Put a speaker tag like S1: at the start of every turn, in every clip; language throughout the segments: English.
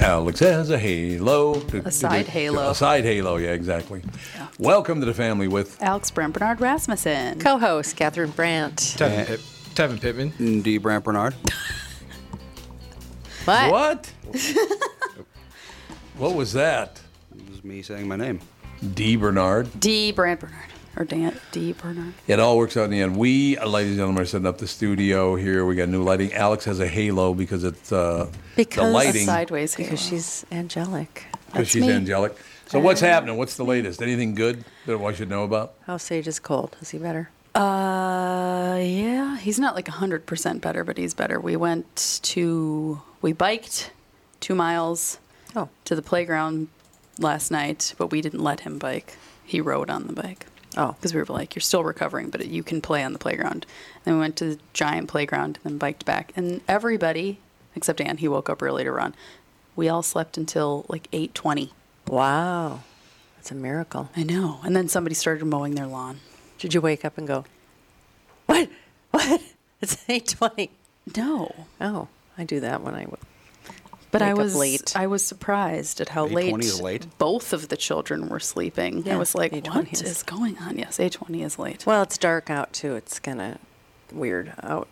S1: Alex has a halo.
S2: A side halo.
S1: A side halo, yeah, exactly. Welcome to the family with
S2: Alex Brent Bernard Rasmussen.
S3: Co-host Catherine Brandt.
S4: Tevin, Pip- Tevin Pittman.
S5: D. Eh, Brant Bernard.
S3: What?
S1: what? what was that?
S5: It was me saying my name.
S1: D. Bernard.
S2: D. Brand Bernard. Or Dan D. Bernard.
S1: It all works out in the end. We, uh, ladies and gentlemen, are setting up the studio here. We got new lighting. Alex has a halo because it's uh,
S3: Because
S1: the
S2: A
S1: lighting
S2: sideways
S3: Because
S2: halo.
S3: she's angelic.
S1: because she's
S2: me.
S1: angelic. So what's happening? What's the latest? Anything good that I should know about?
S3: How Sage is cold. Is he better?
S2: Uh, yeah. He's not like 100% better, but he's better. We went to, we biked two miles
S3: Oh.
S2: to the playground last night, but we didn't let him bike. He rode on the bike.
S3: Oh.
S2: Because we were like, you're still recovering, but you can play on the playground. Then we went to the giant playground and then biked back. And everybody, except Dan, he woke up early to run. We all slept until like 8.20.
S3: Wow. That's a miracle.
S2: I know. And then somebody started mowing their lawn.
S3: Did you wake up and go, what? What? It's 820.
S2: No.
S3: Oh, I do that when I w-
S2: But I
S3: Wake up
S2: was
S3: late.
S2: I was surprised at how
S5: 8:20
S2: late,
S5: is late?
S2: both of the children were sleeping. I
S3: Yeah,
S2: was like,
S3: 8:20
S2: what
S3: is-
S2: is. going on? Yes, eight twenty is late.
S3: Well, it's dark out too. It's kind of weird out.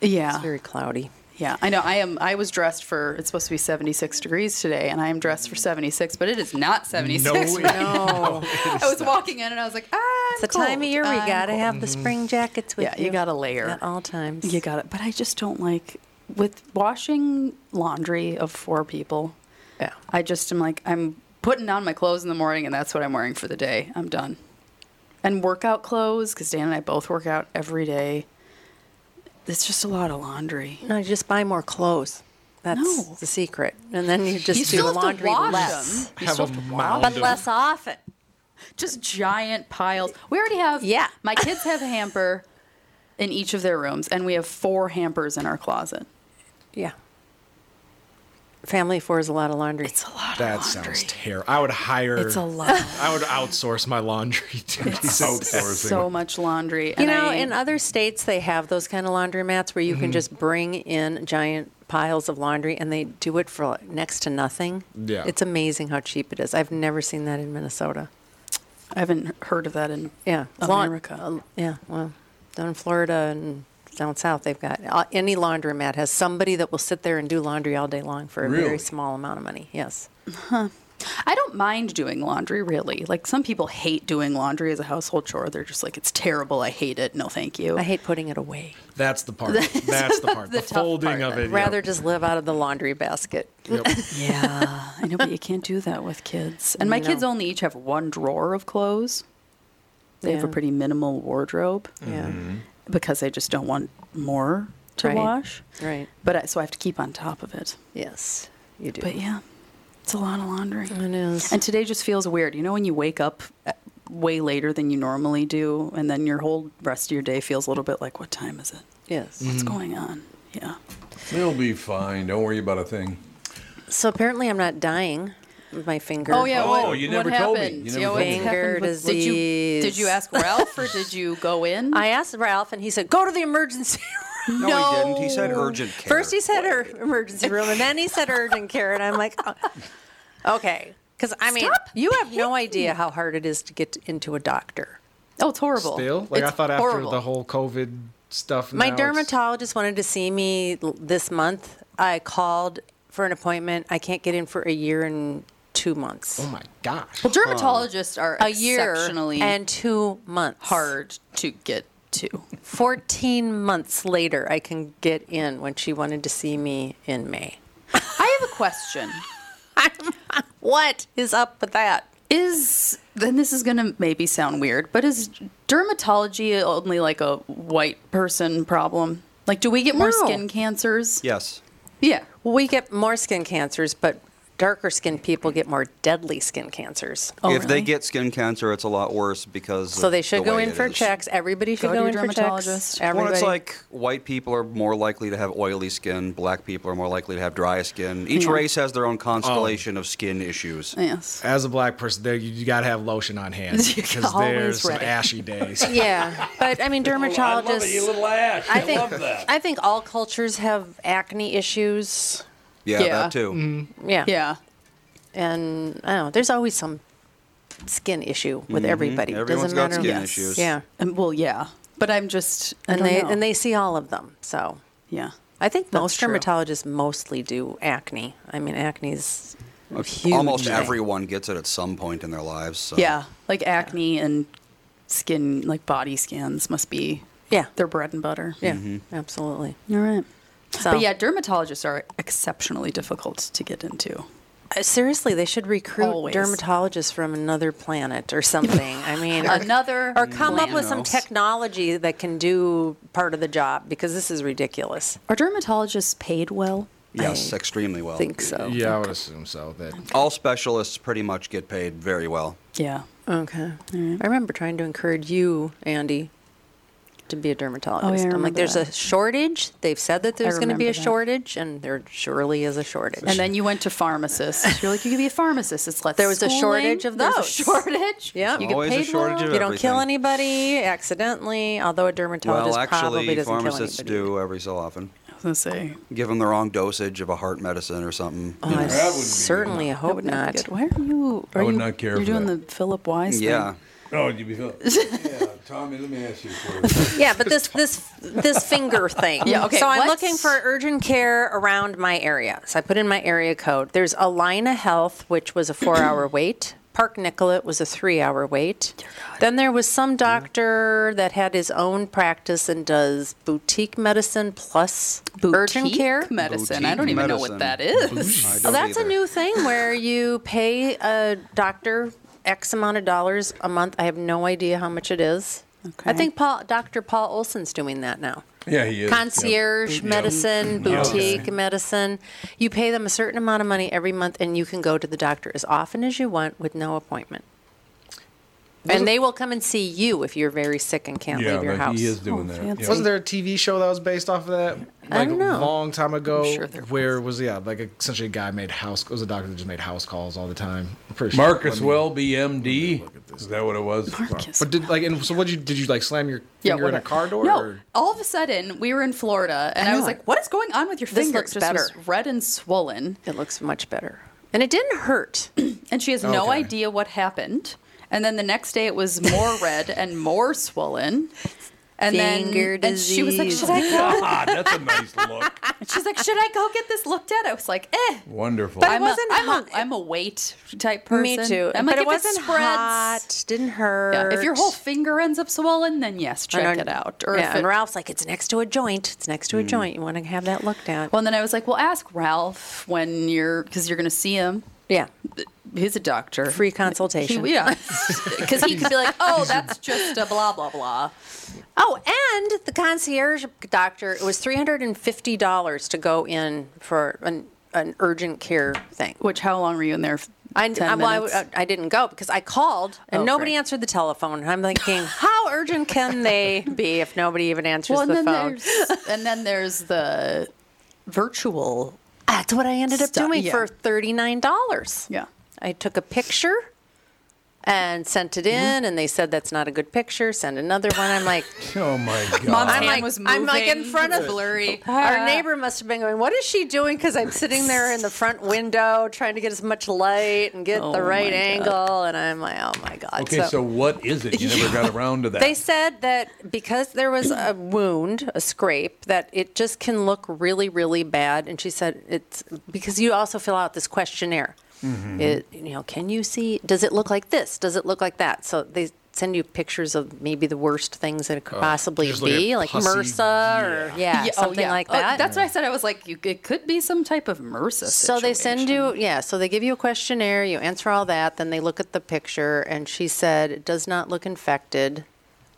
S2: yeah,
S3: It's very cloudy.
S2: yeah. I know. I am. I was dressed for. It's supposed to be seventy six degrees today, and I am dressed for seventy six, but it is not seventy six.
S4: it-
S3: No.
S2: I was walking in, and I was like, ah,
S3: It's the time of year we got to have
S1: Mm-hmm.
S3: the spring jackets with
S2: Yeah, you gotta layer.
S3: At all times.
S2: You got it. But I just don't like with washing laundry of four people.
S3: Yeah.
S2: I just am like I'm putting on my clothes in the morning, and that's what I'm wearing for the day. I'm done. And workout clothes, because Dan and I both work out every day. It's just a lot of laundry.
S3: No, you just buy more clothes. That's
S2: No.
S3: the secret. And then you just
S2: you
S3: do
S2: still have
S3: laundry
S2: to wash
S3: less.
S2: them. You
S4: Have
S2: still
S4: a
S2: have to
S4: mound
S2: wash
S3: But
S4: of-
S3: less often.
S2: just giant piles. We already have.
S3: Yeah.
S2: My kids have a hamper in each of their rooms, and we have four hampers in our closet.
S3: Yeah. Family of four is a lot of laundry.
S2: It's a lot.
S4: That
S2: of laundry.
S4: sounds terrible. I would hire.
S2: It's a lot.
S4: I would outsource my laundry to
S1: Outsourcing.
S2: so much laundry.
S3: you
S2: and
S3: know,
S2: I-
S3: in other states, they have those kind of laundromats where you can just bring in giant piles of laundry and they do it for like, next to nothing.
S4: Yeah.
S3: It's amazing how cheap it is. I've never seen that in Minnesota.
S2: I haven't heard of that in
S3: Yeah. laun-
S2: America.
S3: uh, yeah. Well, down in Florida and down south, they've got uh, any laundromat has somebody that will sit there and do laundry all day long for a
S1: Really?
S3: very small amount of money. Yes.
S2: I don't mind doing laundry, really. Like some people hate doing laundry as a household chore. They're just like, it's terrible. I hate it. No, thank you.
S3: I hate putting it away.
S4: That's the part. That's the part.
S2: the
S4: The,
S2: tough
S4: folding
S2: part,
S4: of it.
S2: then.
S4: yep.
S3: Rather just live out of the laundry basket.
S4: Yep.
S2: yeah, I know, but you can't do that with kids. And my
S3: No.
S2: kids only each have one drawer of clothes. They have a
S3: Yeah.
S2: pretty minimal wardrobe
S3: Yeah.
S2: because I just don't want more to
S3: Right.
S2: wash.
S3: Right.
S2: But I, so I have to keep on top of it.
S3: Yes. You do.
S2: But yeah, it's a lot of laundry.
S3: It is.
S2: And today just feels weird. You know, when you wake up uh, way later than you normally do, and then your whole rest of your day feels a little bit like, what time is it?
S3: yes.
S2: What's going on? Yeah.
S1: It'll be fine. Don't worry about a thing.
S3: So apparently, I'm not dying with my finger.
S1: Oh, what- you never told me. You never told me.
S3: Finger
S2: Did you, did you
S3: disease.
S2: ask Ralph or did you go in?
S3: I asked Ralph, and he said, "Go to the emergency." room."
S5: No, he didn't. He said urgent care.
S3: First, he said her emergency room, and then he said urgent care, and I'm like, oh, "Okay," because I mean,
S2: Stop
S3: you have no idea how hard it is to get into a doctor.
S2: oh, it's horrible.
S4: Still, like I
S2: It's
S4: thought after
S2: horrible.
S4: the whole COVID stuff.
S3: My
S4: now it's-
S3: dermatologist wanted to see me l- this month. I called for an appointment. I can't get in for a year and two months.
S4: Oh my gosh.
S2: Well, dermatologists are
S3: a year
S2: exceptionally
S3: and two months.
S2: hard to get to.
S3: 14 months later, I can get in when she wanted to see me in May.
S2: I have a question.
S3: What is up with that?
S2: Is then this is going to maybe sound weird, but is dermatology only like a white person problem? Like, do we get more
S3: No.
S2: skin cancers?
S5: Yes.
S2: Yeah.
S3: Well, we get more skin cancers, but darker skinned people get more deadly skin cancers.
S2: Oh,
S5: if they
S2: really?
S5: get skin cancer, it's a lot worse because.
S3: So
S5: of
S3: they
S5: the
S3: should go
S5: way
S3: in
S5: it
S3: for
S5: is.
S3: checks. Everybody should
S2: Go
S3: go,
S2: to your
S3: in for
S2: dermatologist.
S3: checks.
S2: Well,
S5: Well,
S3: Everybody.
S5: it's like white people are more likely to have oily skin, black people are more likely to have dry skin. Each
S2: Yeah.
S5: race has their own
S4: Oh.
S5: constellation of skin issues.
S2: Yes.
S4: As a black person, there you, you gotta have lotion on hand
S2: You're
S4: because
S2: always
S4: there's some
S2: ready.
S4: ashy days.
S3: yeah, but I mean, dermatologists.
S1: I love it, you little ash. I,
S3: I think
S1: love that.
S3: I think all cultures have acne issues,
S5: Yeah,
S2: Yeah.
S5: that too.
S4: Mm-hmm.
S3: yeah,
S2: Yeah.
S3: and I don't know. There's always some skin issue with everybody.
S5: Mm-hmm. Everyone's
S3: Doesn't
S5: got
S3: matter.
S5: skin
S2: Yes.
S5: issues.
S3: Yeah,
S2: And, well, yeah. But I'm just. I
S3: and
S2: don't
S3: they
S2: know.
S3: and they see all of them. So
S2: Yeah.
S3: I think
S2: That's
S3: most
S2: true.
S3: dermatologists mostly do acne. I mean, acne's a huge.
S5: Almost
S3: thing.
S5: everyone gets it at some point in their lives. So.
S2: Yeah. Like acne and skin, like body scans, must be
S3: Yeah.
S2: their bread and butter.
S3: Yeah,
S5: Mm-hmm.
S3: absolutely.
S2: All right.
S3: So,
S2: But yeah, dermatologists are exceptionally difficult to get into.
S3: Uh, Seriously, they should recruit
S2: Always.
S3: dermatologists from another planet or something. I mean, or-
S2: Another
S3: or come up
S2: planet.
S3: with some technology that can do part of the job because this is ridiculous.
S2: Are dermatologists paid well?
S5: Yes, extremely well.
S3: I think so.
S4: Yeah, I would assume so. That
S5: All specialists pretty much get paid very well.
S2: Yeah.
S3: Okay. I remember trying to encourage you, Andy, to be a dermatologist. I'm
S2: Oh, remember
S3: like, there's a
S2: that.
S3: shortage. They've said that there's going to be
S2: remember that.
S3: a shortage, and there surely is a shortage.
S2: And then you went to pharmacist. You're like, you could be a pharmacist. It's less.
S3: There was a
S2: schooling.
S3: shortage of
S2: There's a
S3: those.
S2: shortage.
S3: yeah,
S5: You get Always a paid shortage well. of
S3: You don't kill
S5: everything.
S3: anybody accidentally, although a dermatologist
S5: Well,
S3: probably
S5: actually,
S3: doesn't
S5: pharmacists
S3: kill anybody.
S5: do every so often.
S2: I was gonna say.
S5: Give them the wrong dosage of a heart medicine or something.
S3: Oh, I
S1: That wouldn't be good.
S3: certainly hope
S2: Would not. be
S3: not.
S2: good. Why are you? Are
S1: I would
S2: you,
S1: not care
S2: You're
S1: for
S2: doing
S1: that.
S2: the Philip Wise
S5: yeah.
S2: thing.
S1: Oh, you be Yeah, Tommy, let me ask you a question.
S3: Yeah, but this this this finger thing.
S2: Yeah, okay,
S3: Um, So I'm
S2: what?
S3: looking for urgent care around my area. So I put in my area code. There's Alina Health, which was a four-hour wait. Park Nicolet was a three-hour wait. Then there was some doctor that had his own practice and does boutique medicine plus urgent
S2: Boutique
S3: care.
S2: medicine. I
S5: Boutique
S2: don't even know what
S5: medicine.
S2: that is.
S5: I
S3: Oh,
S5: don't
S3: that's
S5: either.
S3: a new thing where you pay a doctor X amount of dollars a month. I have no idea how much it is. I
S2: Okay.
S3: think Paul, Dr. Paul Olson's doing that now.
S1: Yeah, he is. Yep.
S3: Concierge
S1: Yep.
S3: medicine, boutique medicine. You pay them a certain amount of money every month, and you can go to the doctor as often as you want with no appointment. And they will come and see you if you're very sick and can't
S1: Yeah,
S3: leave your
S1: but
S3: house.
S1: he is doing that.
S2: fancy.
S1: yeah.
S4: Wasn't there a TV show that was based off of that? Like
S3: I don't know.
S4: a long time ago.
S2: sure there
S4: where was. yeah, like essentially a guy made house it was a doctor that just made house calls all the time. I'm pretty sure.
S1: Marcus
S4: Let me-
S1: Welby, MD. Is that what it was?
S4: E. But did like and so what you did you like slam your
S2: Yeah,
S4: finger in a
S2: whatever.
S4: car door?
S2: No,
S4: Or?
S2: all of a sudden we were in Florida, and I, was like, "What is going on with your
S3: This
S2: finger?
S3: looks
S2: It just was
S3: better.
S2: red and swollen."
S3: It looks much better. And it didn't hurt.
S2: And she has no
S4: Okay.
S2: idea what happened. And then the next day it was more red and more swollen. And
S3: Finger
S2: then and she was like,
S3: disease.
S2: should I go?
S1: God, Ah, that's a nice look.
S2: And she's like, should I go get this looked at? I was like, eh.
S1: Wonderful.
S3: But-
S2: I'm
S3: wasn't
S2: a, I'm,
S3: hot.
S2: A, I'm a weight type person.
S3: Me too.
S2: I'm like,
S3: but
S2: if
S3: it wasn't
S2: spreads,
S3: hot. Didn't hurt.
S2: Yeah, if your whole finger ends up swollen, then yes,
S3: And
S2: check
S3: our-
S2: it out. Or
S3: yeah,
S2: if
S3: and
S2: it,
S3: Ralph's like, it's next to a joint. It's next to a joint. You want to have that looked at.
S2: well, and then I was like, well, ask Ralph when you're because you're gonna see him.
S3: yeah,
S2: He's a doctor.
S3: free consultation.
S2: He, yeah, because he could be like, oh, that's just a blah blah blah.
S3: Oh, and the concierge doctor, it was three hundred and fifty dollars to go in for an an urgent care thing.
S2: Which how long were you in there?
S3: I,
S2: Ten
S3: I, uh, well,
S2: minutes?
S3: I, I didn't go because I called and
S2: Oh,
S3: nobody
S2: great.
S3: answered the telephone. And I'm thinking, how urgent can they be if nobody even answers
S2: Well,
S3: the
S2: and
S3: phone?
S2: then there's and then there's the virtual.
S3: That's what I ended up
S2: Stuff,
S3: doing
S2: yeah.
S3: for $39.
S2: Yeah.
S3: I took a picture and sent it in,
S2: Mm-hmm.
S3: and they said that's not a good picture. Send another one. I'm like,
S1: oh my God.
S2: Mom's hand
S3: like-
S2: was moving.
S3: I'm like in front
S2: it's
S3: of-
S2: blurry.
S3: our neighbor must have been going, What is she doing? Because I'm sitting there in the front window trying to get as much light and get
S2: Oh,
S3: the right
S2: my
S3: angle. And I'm like, Oh my God.
S1: okay, so, what is it? You never got around to that.
S3: They said that because there was a wound, a scrape, that it just can look really, really bad. And she said it's because you also fill out this
S2: Mm-hmm.
S3: questionnaire. It, you know, can you see? Does it look like this? Does it look like that? So they send you pictures of maybe the worst things that it could possibly
S4: just look at
S3: be, like
S4: pussy.
S3: MRSA or yeah,
S2: Yeah, oh,
S3: something
S2: yeah.
S3: like
S2: Oh,
S3: that.
S2: that's what I said. I was like, you, it could be some type of MRSA.
S3: So they send
S2: situation.
S3: you, yeah. So they give you a questionnaire. You answer all that. Then they look at the picture, and she said it does not look infected,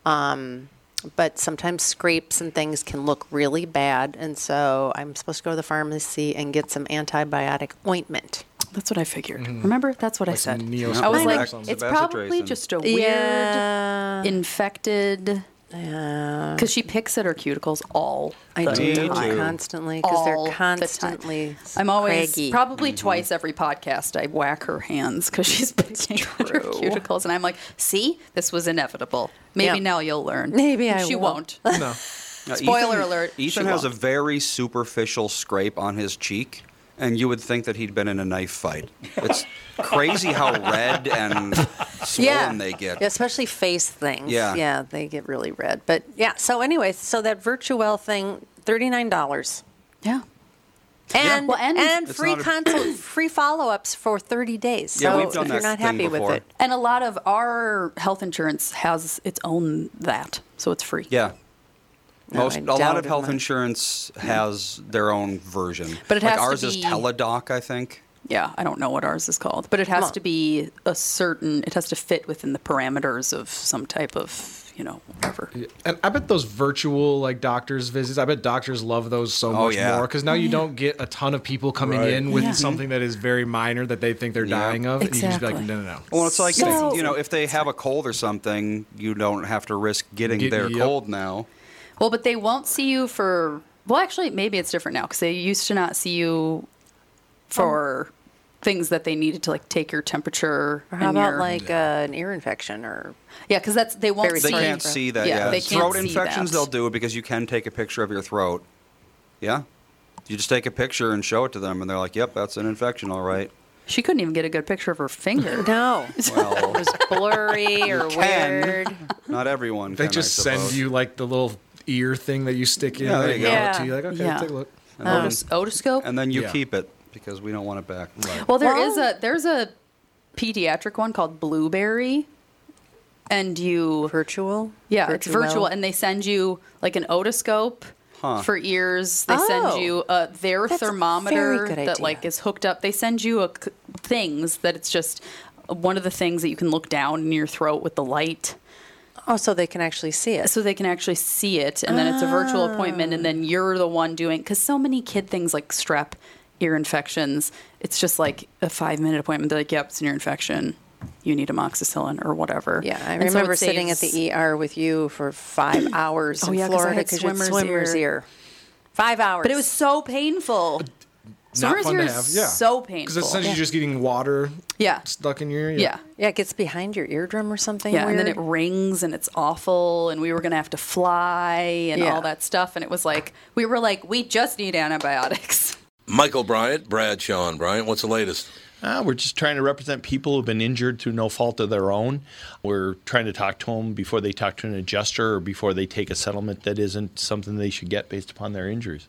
S3: um, but sometimes scrapes and things can look really bad. And so I'm supposed to go to the pharmacy and get some antibiotic ointment.
S2: That's what I figured. Remember, that's what I
S4: Mm-hmm. Like
S2: said.
S4: Neosporin
S2: I was
S3: or
S2: like,
S4: something.
S2: it's probably
S5: Sebastitrasin.
S2: just a weird
S3: Yeah.
S2: infected.
S3: Yeah.
S2: Because she picks at her cuticles all.
S3: I
S2: the
S3: do
S2: time.
S3: constantly because
S2: All the
S3: they're
S2: time.
S3: constantly.
S2: I'm always
S3: craggy.
S2: probably
S4: Mm-hmm.
S2: twice every podcast. I whack her hands because she's picking at her cuticles, and I'm like, "See, this was inevitable. Maybe
S3: Yeah.
S2: now you'll learn.
S3: Maybe
S2: And
S3: I
S2: she
S3: will.
S2: won't.
S4: No.
S5: Now,
S2: Spoiler
S5: Ethan-
S2: alert, she
S5: Ethan has a
S2: won't.
S5: very superficial scrape on his cheek, and you would think that he'd been in a knife fight. It's crazy how red and swollen they get.
S3: Yeah, especially face things.
S5: Yeah.
S3: Yeah, they get really red. But yeah, so anyway, so that Virtuel thing, $39.
S2: yeah.
S3: And
S2: Well, and-
S3: and,
S5: It's
S3: free
S5: not a-
S3: consult, free follow-ups for 30 days. So
S5: Yeah, we've done
S3: if you're
S5: that
S3: not
S5: thing
S3: happy
S5: before.
S3: with it.
S2: And a lot of our health insurance has its own that, so it's free.
S5: Yeah.
S3: No,
S5: Most,
S3: I
S5: a lot of
S3: doubted
S5: health
S3: mine.
S5: insurance has their own version.
S2: But it
S5: like
S2: has to
S5: ours is
S2: be-
S5: Teladoc, I think.
S2: Yeah, I don't know what ours is called, but it has
S3: Well-
S2: to be a certain. It has to fit within the parameters of some type of, you know, whatever.
S4: And I bet those virtual like doctors visits. I bet doctors love those so much
S5: Oh, yeah.
S4: more because now you don't get a ton of people coming
S1: Right.
S4: in with
S2: Mm-hmm. Yeah.
S4: something that is very minor that they think they're
S5: Yeah.
S4: dying of. And you can just be
S2: Exactly.
S4: like, no, no, no.
S5: Well, it's like,
S2: So-
S5: you know, if they have a cold or something, you don't have to risk getting
S4: Get-
S5: their
S4: yep.
S5: cold now.
S2: Well, but they won't see you for. Well, actually, maybe it's different now because they used to not see you for things that they needed to like take your temperature.
S3: Or how
S2: and
S3: about
S2: your-
S3: like uh, an ear infection or
S2: yeah, because that's they won't.
S3: Very
S5: They
S2: see
S3: Sorry,
S5: can't
S3: bro.
S5: see that.
S2: Yeah,
S5: Yeah,
S2: they can't
S5: throat
S2: see
S5: infections,
S2: that.
S5: they'll do it because you can take a picture of your throat. Yeah, you just take a picture and show it to them, and they're like, "Yep, that's an infection, all right."
S2: She couldn't even get a good picture of her finger.
S3: no? it
S5: Well,
S3: was blurry or
S5: can.
S3: weird.
S5: not everyone.
S4: They
S5: can, I
S4: just send
S5: suppose.
S4: you like the little ear thing that you stick in.
S5: Yeah, there
S4: and
S5: you
S4: they
S5: go.
S4: give it To you. Like, okay,
S2: Yeah.
S4: take a look.
S5: and, then,
S2: Otis- otoscope.
S5: and then you
S4: Yeah.
S5: keep it because we don't want it back.
S2: Well, there
S3: Well-
S2: is a there's a pediatric one called Blueberry, and you
S3: Virtual.
S2: yeah it's virtual, and they send you like an otoscope.
S5: Huh.
S2: For ears, they
S3: Oh.
S2: send you uh, their
S3: That's a
S2: thermometer
S3: very good
S2: that like
S3: idea.
S2: is hooked up. They send you a c things that it's just uh, one of the things that you can look down in your throat with the light,
S3: oh, so they can actually see it. Ah,
S2: so they can actually see it. And then it's a virtual appointment, and then you're the one doing because so many kid things like strep, ear infections. It's just like a five minute appointment. They're like, "Yep, it's an ear infection. You need amoxicillin or whatever."
S3: yeah, I
S2: And so it
S3: remember sitting at
S2: saves-
S3: the ER with you for five hours
S2: Oh,
S3: in
S2: yeah, 'cause I
S3: Florida
S2: had
S3: because you had
S2: swimmer's
S3: swimmer's
S2: ear.
S3: ear. Five hours,
S2: but it was so painful.
S4: Not
S2: Swimmers
S4: fun
S2: ear
S4: to
S2: is
S4: have. Yeah.
S2: so
S4: Because
S2: painful.
S4: it's essentially
S2: yeah.
S4: just getting water
S2: yeah.
S4: stuck in your ear.
S3: yeah, it gets behind your eardrum or something.
S2: Yeah, and then it
S3: weird.
S2: rings and it's awful, and we were gonna have to fly and
S3: Yeah.
S2: all that stuff, and it was like we were like, we just need antibiotics.
S6: Michael Bryant, Brad Sean Bryant, what's the latest?
S7: Uh, we're just trying to represent people who've been injured through no fault of their own. We're trying to talk to them before they talk to an adjuster or before they take a settlement that isn't something they should get based upon their injuries.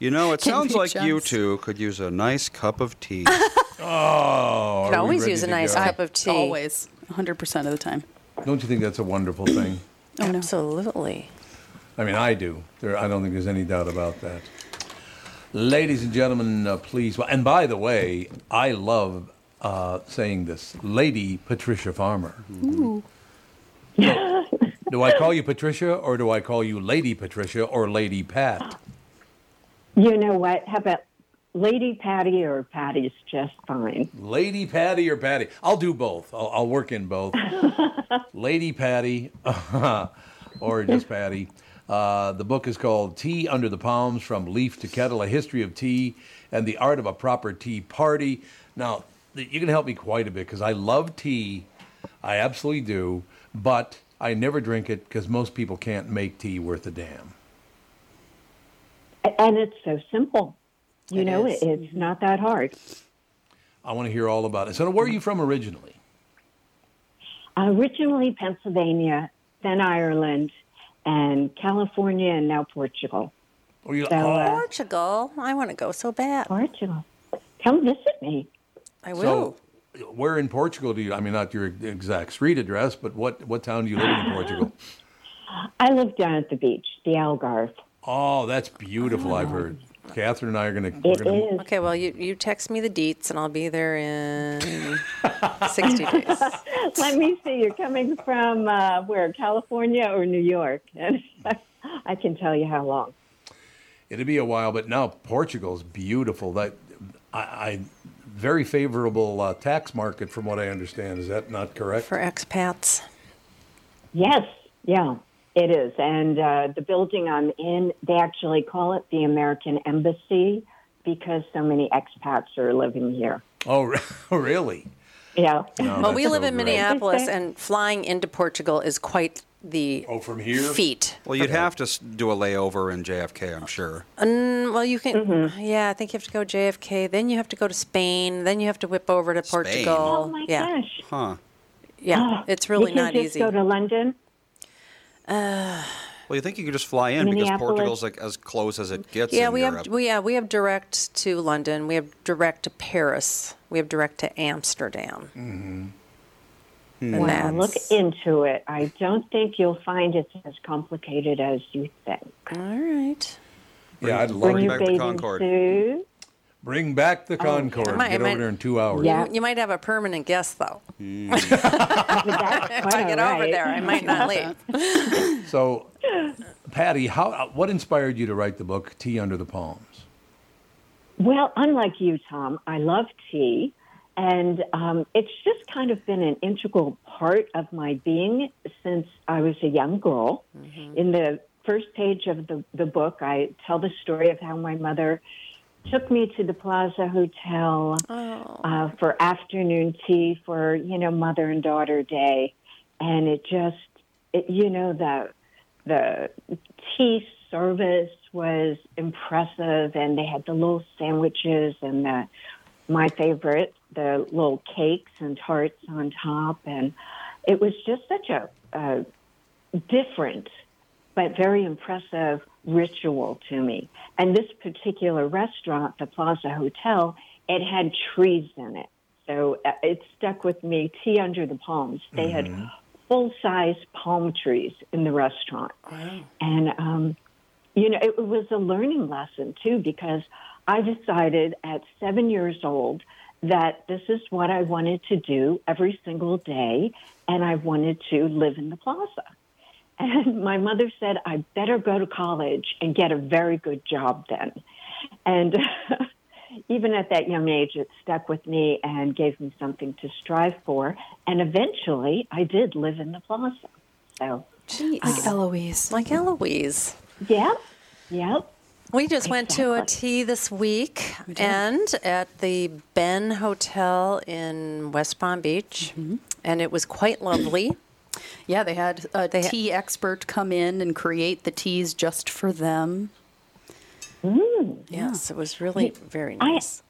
S5: You know, it
S2: Can
S5: sounds
S2: we
S5: like you
S2: just-
S5: two could use a nice cup of tea.
S1: Oh,
S3: Could always use a nice cup of tea.
S2: Always, 100% of the time. Oh,
S1: Don't you think that's a wonderful thing?
S3: Absolutely.
S1: I mean, I do. There, I don't think there's any doubt about that. Ladies and gentlemen, uh, please. And by the way, I love uh, saying this, Lady Patricia Farmer.
S2: Mm-hmm.
S1: So, do I call you Patricia, or do I call you Lady Patricia, or Lady Pat?
S8: You know what? How about Lady Patty or Patty's just fine?
S1: Lady Patty or Patty? I'll do both. I'll, I'll work in both. Lady Patty or just Patty. Uh, the book is called Tea Under the Palms From Leaf to Kettle A History of Tea and the Art of a Proper Tea Party. Now, th- you can help me quite a bit because I love tea. I absolutely do. But I never drink it because most people can't make tea worth a damn.
S8: A- And it's so simple. You
S2: It
S8: know,
S2: is.
S8: it,
S1: Mm-hmm.
S8: it's not that hard.
S1: I want to hear all about it. So, where are you from originally?
S8: Originally Pennsylvania, then Ireland, and California, and now Portugal.
S1: Are you, oh,
S8: So, uh,
S3: Portugal. I want to go so bad.
S8: Portugal. Come visit me.
S3: I
S1: So,
S3: will.
S1: where in Portugal do you? I mean, not your exact street address, but what what town do you live in in Portugal?
S8: I live down at the beach, the Algarve.
S1: Oh, that's beautiful. I've heard. Catherine and I are gonna. We're
S8: It is.
S1: gonna
S3: okay, well, you, you text me the deets and I'll be there in 60 days.
S8: Let me see. You're coming from uh, where? California or New York? And I can tell you how long.
S1: It'll be a while, but now Portugal's beautiful. That I, I very favorable uh, tax market, from what I understand. Is that not correct?
S3: For expats.
S8: Yes, yeah, it is. And uh, the building I'm in, they actually call it the American Embassy because so many expats are living here.
S1: Oh, re- really?
S8: Yeah.
S1: Oh,
S3: Well,
S1: that's
S3: we
S1: so
S3: live in
S1: great.
S3: Minneapolis,
S8: Okay.
S3: and flying into Portugal is quite the
S1: Oh, from here?
S3: feat.
S5: well, you'd have to s- do a layover in JFK, I'm sure.
S3: Mm, Well, you can,
S8: Mm-hmm.
S3: yeah, I think you have to go JFK, then you have to go to Spain, then you have to whip over to
S5: Spain?
S3: Portugal.
S8: Oh my
S3: yeah,
S8: gosh.
S5: Huh.
S3: yeah, it's really
S8: you can
S3: not
S8: just
S3: easy.
S8: go to London.
S5: Well, you think you could just fly in because
S8: Minneapolis.
S5: Portugal's like as close as it gets.
S3: yeah,
S5: in
S3: we
S5: Europe.
S3: have, we, yeah, we have direct to London, we have direct to Paris, we have direct to Amsterdam. Mm-hmm. And
S8: Wow,
S3: that's,
S8: look into it. I don't think you'll find it's as complicated as you think.
S3: all right.
S1: Yeah, I'd love
S8: Bring
S5: Bring
S8: your
S5: back the
S8: bathing
S5: Concorde.
S8: suit.
S1: Bring back the Concorde.
S3: Am I-
S1: Get
S3: am I-
S1: over there in two hours.
S8: Yeah.
S3: You might have a permanent guest, though.
S8: But that's
S3: If I
S8: quite
S3: get
S8: all
S3: over
S8: right.
S3: there, I might not leave.
S1: So, Patty, how what inspired you to write the book Tea Under the Palms?
S8: Well, unlike you, Tom, I love tea, and um, it's just kind of been an integral part of my being since I was a young girl.
S2: Mm-hmm.
S8: In the first page of the, the book, I tell the story of how my mother took me to the Plaza Hotel uh, for afternoon tea for, you know, mother and daughter day. And it just, it, you know, the, the tea service was impressive, and they had the little sandwiches and the, my favorite, the little cakes and tarts on top, and it was just such a, a different but very impressive ritual to me. And this particular restaurant, the Plaza Hotel, it had trees in it. So uh, it stuck with me, tea under the palms. They had full size palm trees in the restaurant. And, um, you know, it was a learning lesson too, because I decided at seven years old that this is what I wanted to do every single day, and I wanted to live in the plaza. And my mother said, I better go to college and get a very good job then. And even at that young age, it stuck with me and gave me something to strive for. And eventually, I did live in the plaza. So
S2: Like Eloise.
S3: Like Eloise.
S8: Yep. Yep.
S3: We just went to a tea this week and at the Ben Hotel in West Palm Beach,
S8: Mm-hmm.
S3: and it was quite lovely.
S2: Yeah, they had a
S3: They ha-
S2: tea expert come in and create the teas just for them.
S8: Mm,
S3: Yes, it was really very
S8: I-
S3: nice.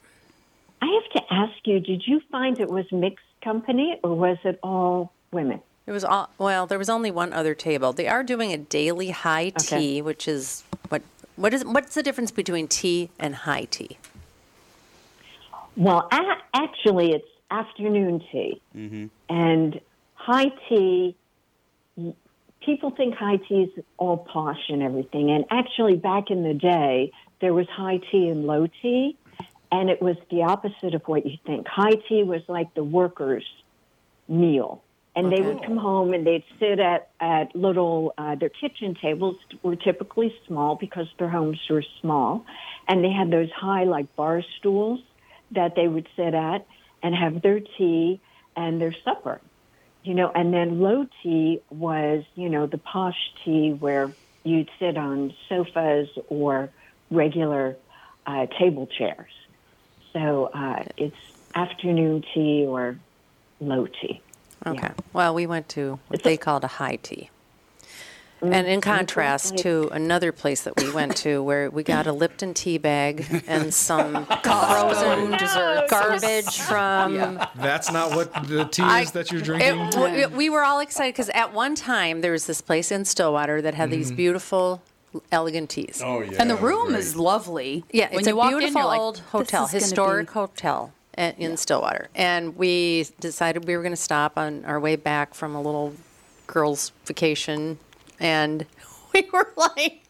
S8: I have to ask you, did you find it was mixed company or was it all women?
S3: It was all well. There was only one other table. They are doing a daily high
S8: Okay.
S3: tea, which is what what is what's the difference between tea and high tea?
S8: Well, a- actually, it's afternoon tea. And high tea, y- people think high tea is all posh and everything. And actually, back in the day, there was high tea and low tea. And it was the opposite of what you think. High tea was like the workers' meal. And they would come home and they'd sit at, at little, uh, their kitchen tables were typically small because their homes were small. And they had those high, like bar stools that they would sit at and have their tea and their supper. You know, and then low tea was, you know, the posh tea where you'd sit on sofas or regular uh, table chairs. So uh, it's afternoon tea or low tea.
S3: Okay. Well, we went to what they called a high tea. And in contrast to another place that we went to where we got a Lipton tea bag and some frozen
S2: desserts.
S3: garbage from
S4: That's not what the tea
S3: I-
S4: is that you're
S3: it-
S4: drinking.
S3: w- we were all excited because at one time there was this place in Stillwater that had these beautiful, elegant teas.
S1: Mm-hmm. Oh yeah.
S2: and the room
S1: great.
S2: is lovely.
S3: Yeah,
S2: When
S3: it's
S2: you
S3: a
S2: walk in,
S3: beautiful
S2: you're like,
S3: old
S2: "This
S3: hotel,
S2: is gonna be-
S3: historic hotel at, in Stillwater. And we decided we were going to stop on our way back from a little girls' vacation, and we were like.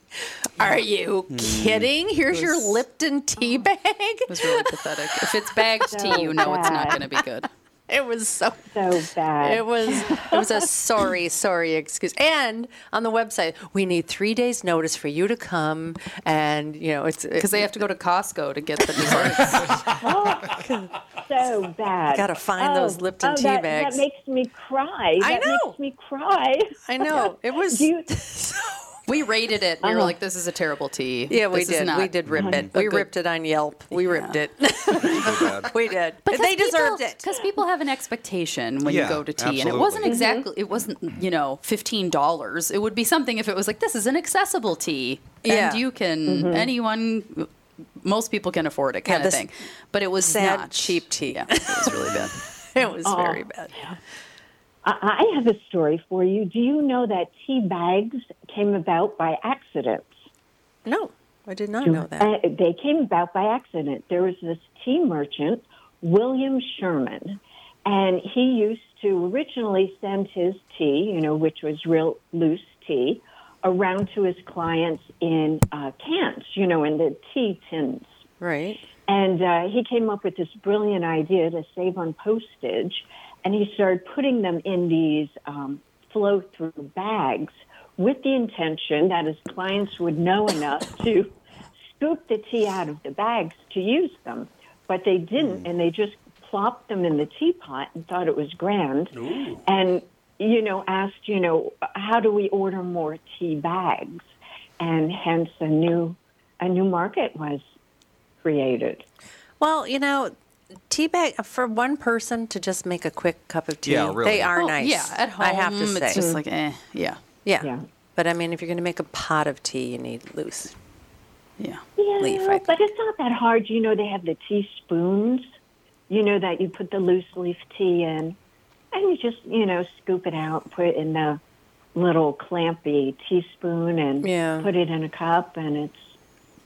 S3: Are you
S1: Hmm.
S3: kidding? Here's your Lipton tea bag.
S2: Oh. It was really pathetic. If it's bagged tea, you know it's not going to be good.
S3: It was so
S8: So bad.
S3: It was it was a sorry, sorry excuse. And on the website, we need three days' notice for you to come, and you know it's
S2: Because they have to go to Costco to get the desserts.
S8: so bad.
S3: Gotta find those Lipton
S8: oh,
S3: tea
S8: that,
S3: bags.
S8: That makes me cry.
S3: I
S8: That
S3: know.
S8: makes me cry.
S3: I know it was.
S8: Do you,
S2: we rated it. We were like, "This is a terrible tea."
S3: Uh-huh. yeah, we
S2: This is
S3: did.
S2: not-
S3: We did rip it.
S2: a
S3: We
S2: good-
S3: ripped it on Yelp. We ripped it.
S5: bad.
S3: we did. they deserved it. Mm-hmm.
S2: Because people have an expectation when
S5: Yeah,
S2: you go to tea, and it
S5: absolutely.
S2: wasn't exactly, it wasn't, you know, fifteen dollars. It would be something if it was like, this is an accessible tea,
S3: Yeah. Mm-hmm.
S2: and you can anyone, most people can afford it, kind of
S3: this
S2: thing. But it was
S3: sad,
S2: not
S3: cheap tea.
S2: Yeah, it was really bad.
S3: It was very bad.
S8: I I have a story for you. Do you know that tea bags came about by accident?
S3: No, I did not know that.
S8: Uh, they came about by accident. There was this tea merchant, William Sherman, and he used to originally send his tea, you know, which was real loose tea, around to his clients in uh, cans, you know, in the tea tins.
S3: Right.
S8: And uh, he came up with this brilliant idea to save on postage, and he started putting them in these um, flow through bags with the intention that his clients would know enough to scoop the tea out of the bags to use them. But they didn't, and they just plopped them in the teapot and thought it was grand. And, you know, asked, you know, how do we order more tea bags? And hence a new, a new market was created.
S3: Well, you know, tea bag for one person to just make a quick cup of tea.
S5: Yeah, really.
S3: They are
S2: Oh,
S3: nice.
S2: Yeah, at home,
S3: I have to say.
S2: it's just like, eh, yeah,
S3: yeah.
S8: Yeah.
S3: But I mean, if you're going to make a pot of tea, you need loose.
S2: yeah.
S8: Yeah,
S3: leaf, I
S8: but it's not that hard. You know, they have the teaspoons. You know that you put the loose leaf tea in, and you just you know scoop it out, put it in the little clampy teaspoon, and
S3: Yeah.
S8: put it in a cup, and it's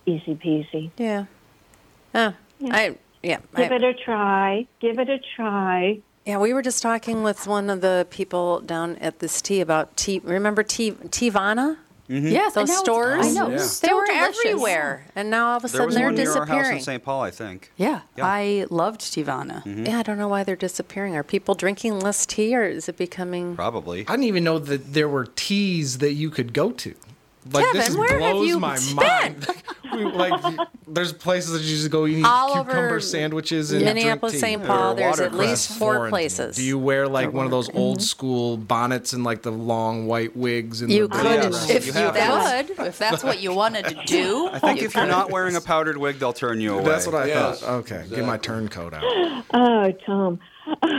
S8: easy peasy.
S3: Yeah. Uh, I yeah.
S8: Give
S3: I-
S8: it a try. Give it a try.
S3: yeah, we were just talking with one of the people down at this tea about tea. Remember tea Tivana?
S5: Mm-hmm.
S2: Yes, and
S3: Those
S2: now it's-
S3: stores.
S2: I know.
S1: Yeah.
S3: They
S2: so
S3: were
S2: delicious.
S3: everywhere, and now all of
S5: There
S3: a sudden
S5: was
S3: they're
S5: one near our house in
S3: disappearing.
S5: St. Paul, I think.
S2: Yeah,
S5: Yeah. Mm-hmm.
S2: I loved Tivana.
S3: yeah, I don't know why they're disappearing. Are people drinking less tea, or is it becoming?
S5: Probably.
S4: I didn't even know that there were teas that you could go to. Like
S3: Kevin,
S4: this is
S3: where have
S4: blows
S3: you
S4: my
S3: been?
S4: mind. we, like there's places that you just go eat
S3: All over
S4: cucumber sandwiches and
S3: Minneapolis,
S4: drink tea.
S3: St. Paul.
S5: Or
S3: There's at
S5: watercress.
S3: least four
S4: Florentine.
S3: places. Mm-hmm.
S4: Do you wear like one of those old school bonnets and like the long white wigs? And
S3: You
S4: the
S3: could
S4: braids?
S2: if
S5: you
S2: you
S5: have
S2: that's, if that's what you wanted to do.
S5: I
S3: Oh,
S5: think if you're not wearing a powdered wig, they'll turn you away.
S4: That's what I
S1: Yes,
S4: thought. Okay, get my turncoat out.
S8: Oh, Tom.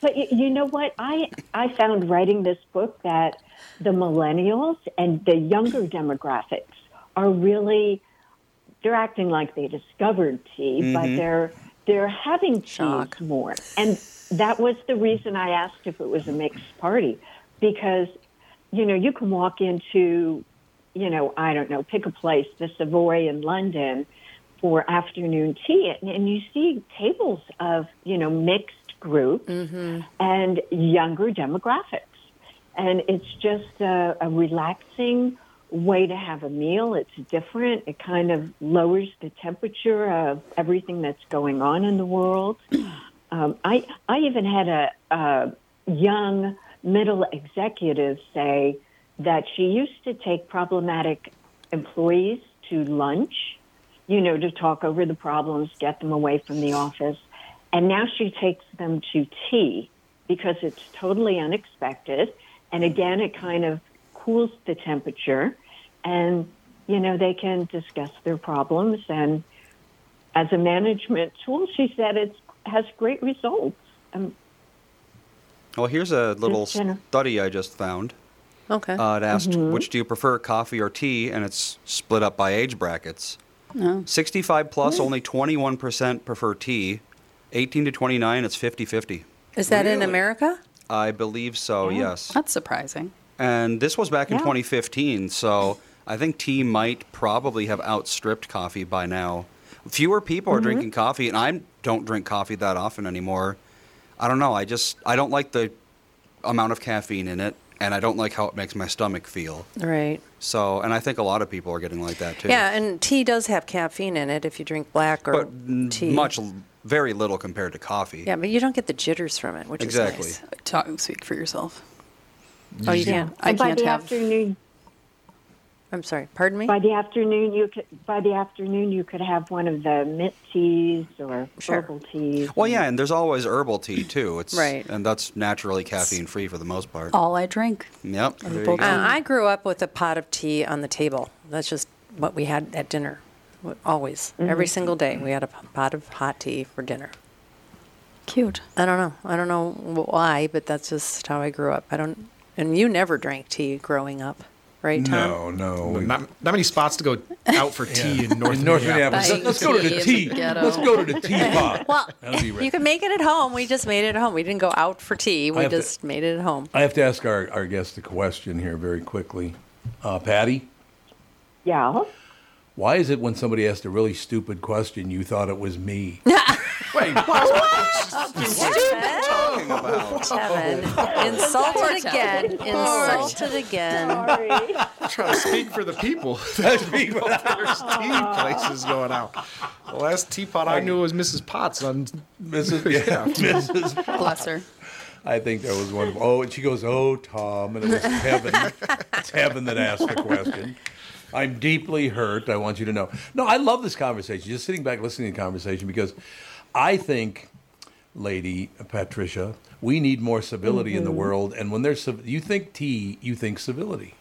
S8: but you, you know what? I I found writing this book that the millennials and the younger demographics are really they're acting like they discovered tea, but they're they're having
S2: Shock.
S8: tea more. And that was the reason I asked if it was a mixed party because you know, you can walk into you know, I don't know, pick a place, the Savoy in London for afternoon tea, and, and you see tables of, you know, mixed groups and younger demographics. And it's just a, a relaxing way to have a meal. It's different. It kind of lowers the temperature of everything that's going on in the world. Um, I, I even had a, a young middle executive say that she used to take problematic employees to lunch, you know, to talk over the problems, get them away from the office. And now she takes them to tea because it's totally unexpected. And again, it kind of cools the temperature. And, you know, they can discuss their problems. And as a management tool, she said it has great results. Um,
S5: Well, here's a little
S8: Just general-
S5: study I just found.
S3: Okay.
S5: Uh, it asked, which do you prefer, coffee or tea? And it's split up by age brackets. 65 plus,
S3: Hmm.
S5: only 21% prefer tea. 18 to 29, it's 50 50.
S3: Is that in America?
S5: I believe so, Oh, yes.
S2: That's surprising.
S5: And this was back in
S8: Yeah.
S5: 2015, so I think tea might probably have outstripped coffee by now. Fewer people are
S3: Mm-hmm.
S5: drinking coffee, and I don't drink coffee that often anymore. I don't know. I just I don't like the amount of caffeine in it, and I don't like how it makes my stomach feel.
S3: Right.
S5: So, and I think a lot of people are getting like that too.
S3: Yeah, and tea does have caffeine in it if you drink black or
S5: but n-
S3: tea.
S5: much, l- very little compared to coffee.
S3: Yeah, but you don't get the jitters from it, which
S5: Exactly.
S3: is
S2: Talk, speak for yourself.
S3: nice. Oh, you can't.
S2: I
S8: and by
S2: can't
S8: the
S2: have-
S8: afternoon,
S3: I'm sorry. Pardon me.
S8: By the afternoon, you could by the afternoon you could have one of the mint teas or
S3: Sure.
S8: herbal teas.
S5: Well, yeah, and there's always herbal tea too. It's
S3: Right. Oh.
S5: and that's naturally caffeine free for the most part.
S2: All I drink.
S5: Yep. there you
S2: bowl
S5: go.
S3: Uh, I grew up with a pot of tea on the table. That's just what we had at dinner. Wa- Always, every single day, we had a p- pot of hot tea for dinner.
S2: Cute.
S3: I don't know. I don't know wh- why, but that's just how I grew up. I don't. And you never drank tea growing up, right, Tom?
S1: No, no. we-
S4: Not, not many spots to go out for tea in North,
S1: in North
S4: Minneapolis.
S1: Minneapolis.
S2: Buying
S1: Let's go to
S2: tea
S1: the
S2: in
S1: tea.
S2: the ghetto.
S1: Let's go to the teapot.
S3: Well,
S1: That'll be right.
S3: you could make it at home. We just made it at home. We didn't go out for tea. We
S1: have to-
S3: just made it at home.
S1: I have to ask our, our guest a question here very quickly. Uh, Patty,
S8: Yeah.
S1: why is it when somebody asked a really stupid question, you thought it was me?
S4: Wait, what?
S3: Kevin, insulted again. Insulted again.
S8: Sorry.
S4: trying to speak for the people. That's me. There's tea places going out. The last teapot I knew was Mrs. Potts on
S1: Mrs. Yeah, Mrs.
S2: Bless her.
S1: I think that was one. Oh, and she goes, "Oh, Tom," and it was Kevin. it's Kevin that asked the question. I'm deeply hurt. I want you to know. No, I love this conversation. Just sitting back listening to the conversation because I think, Lady Patricia, we need more civility in the world. And when there's civ- you think tea, you think civility.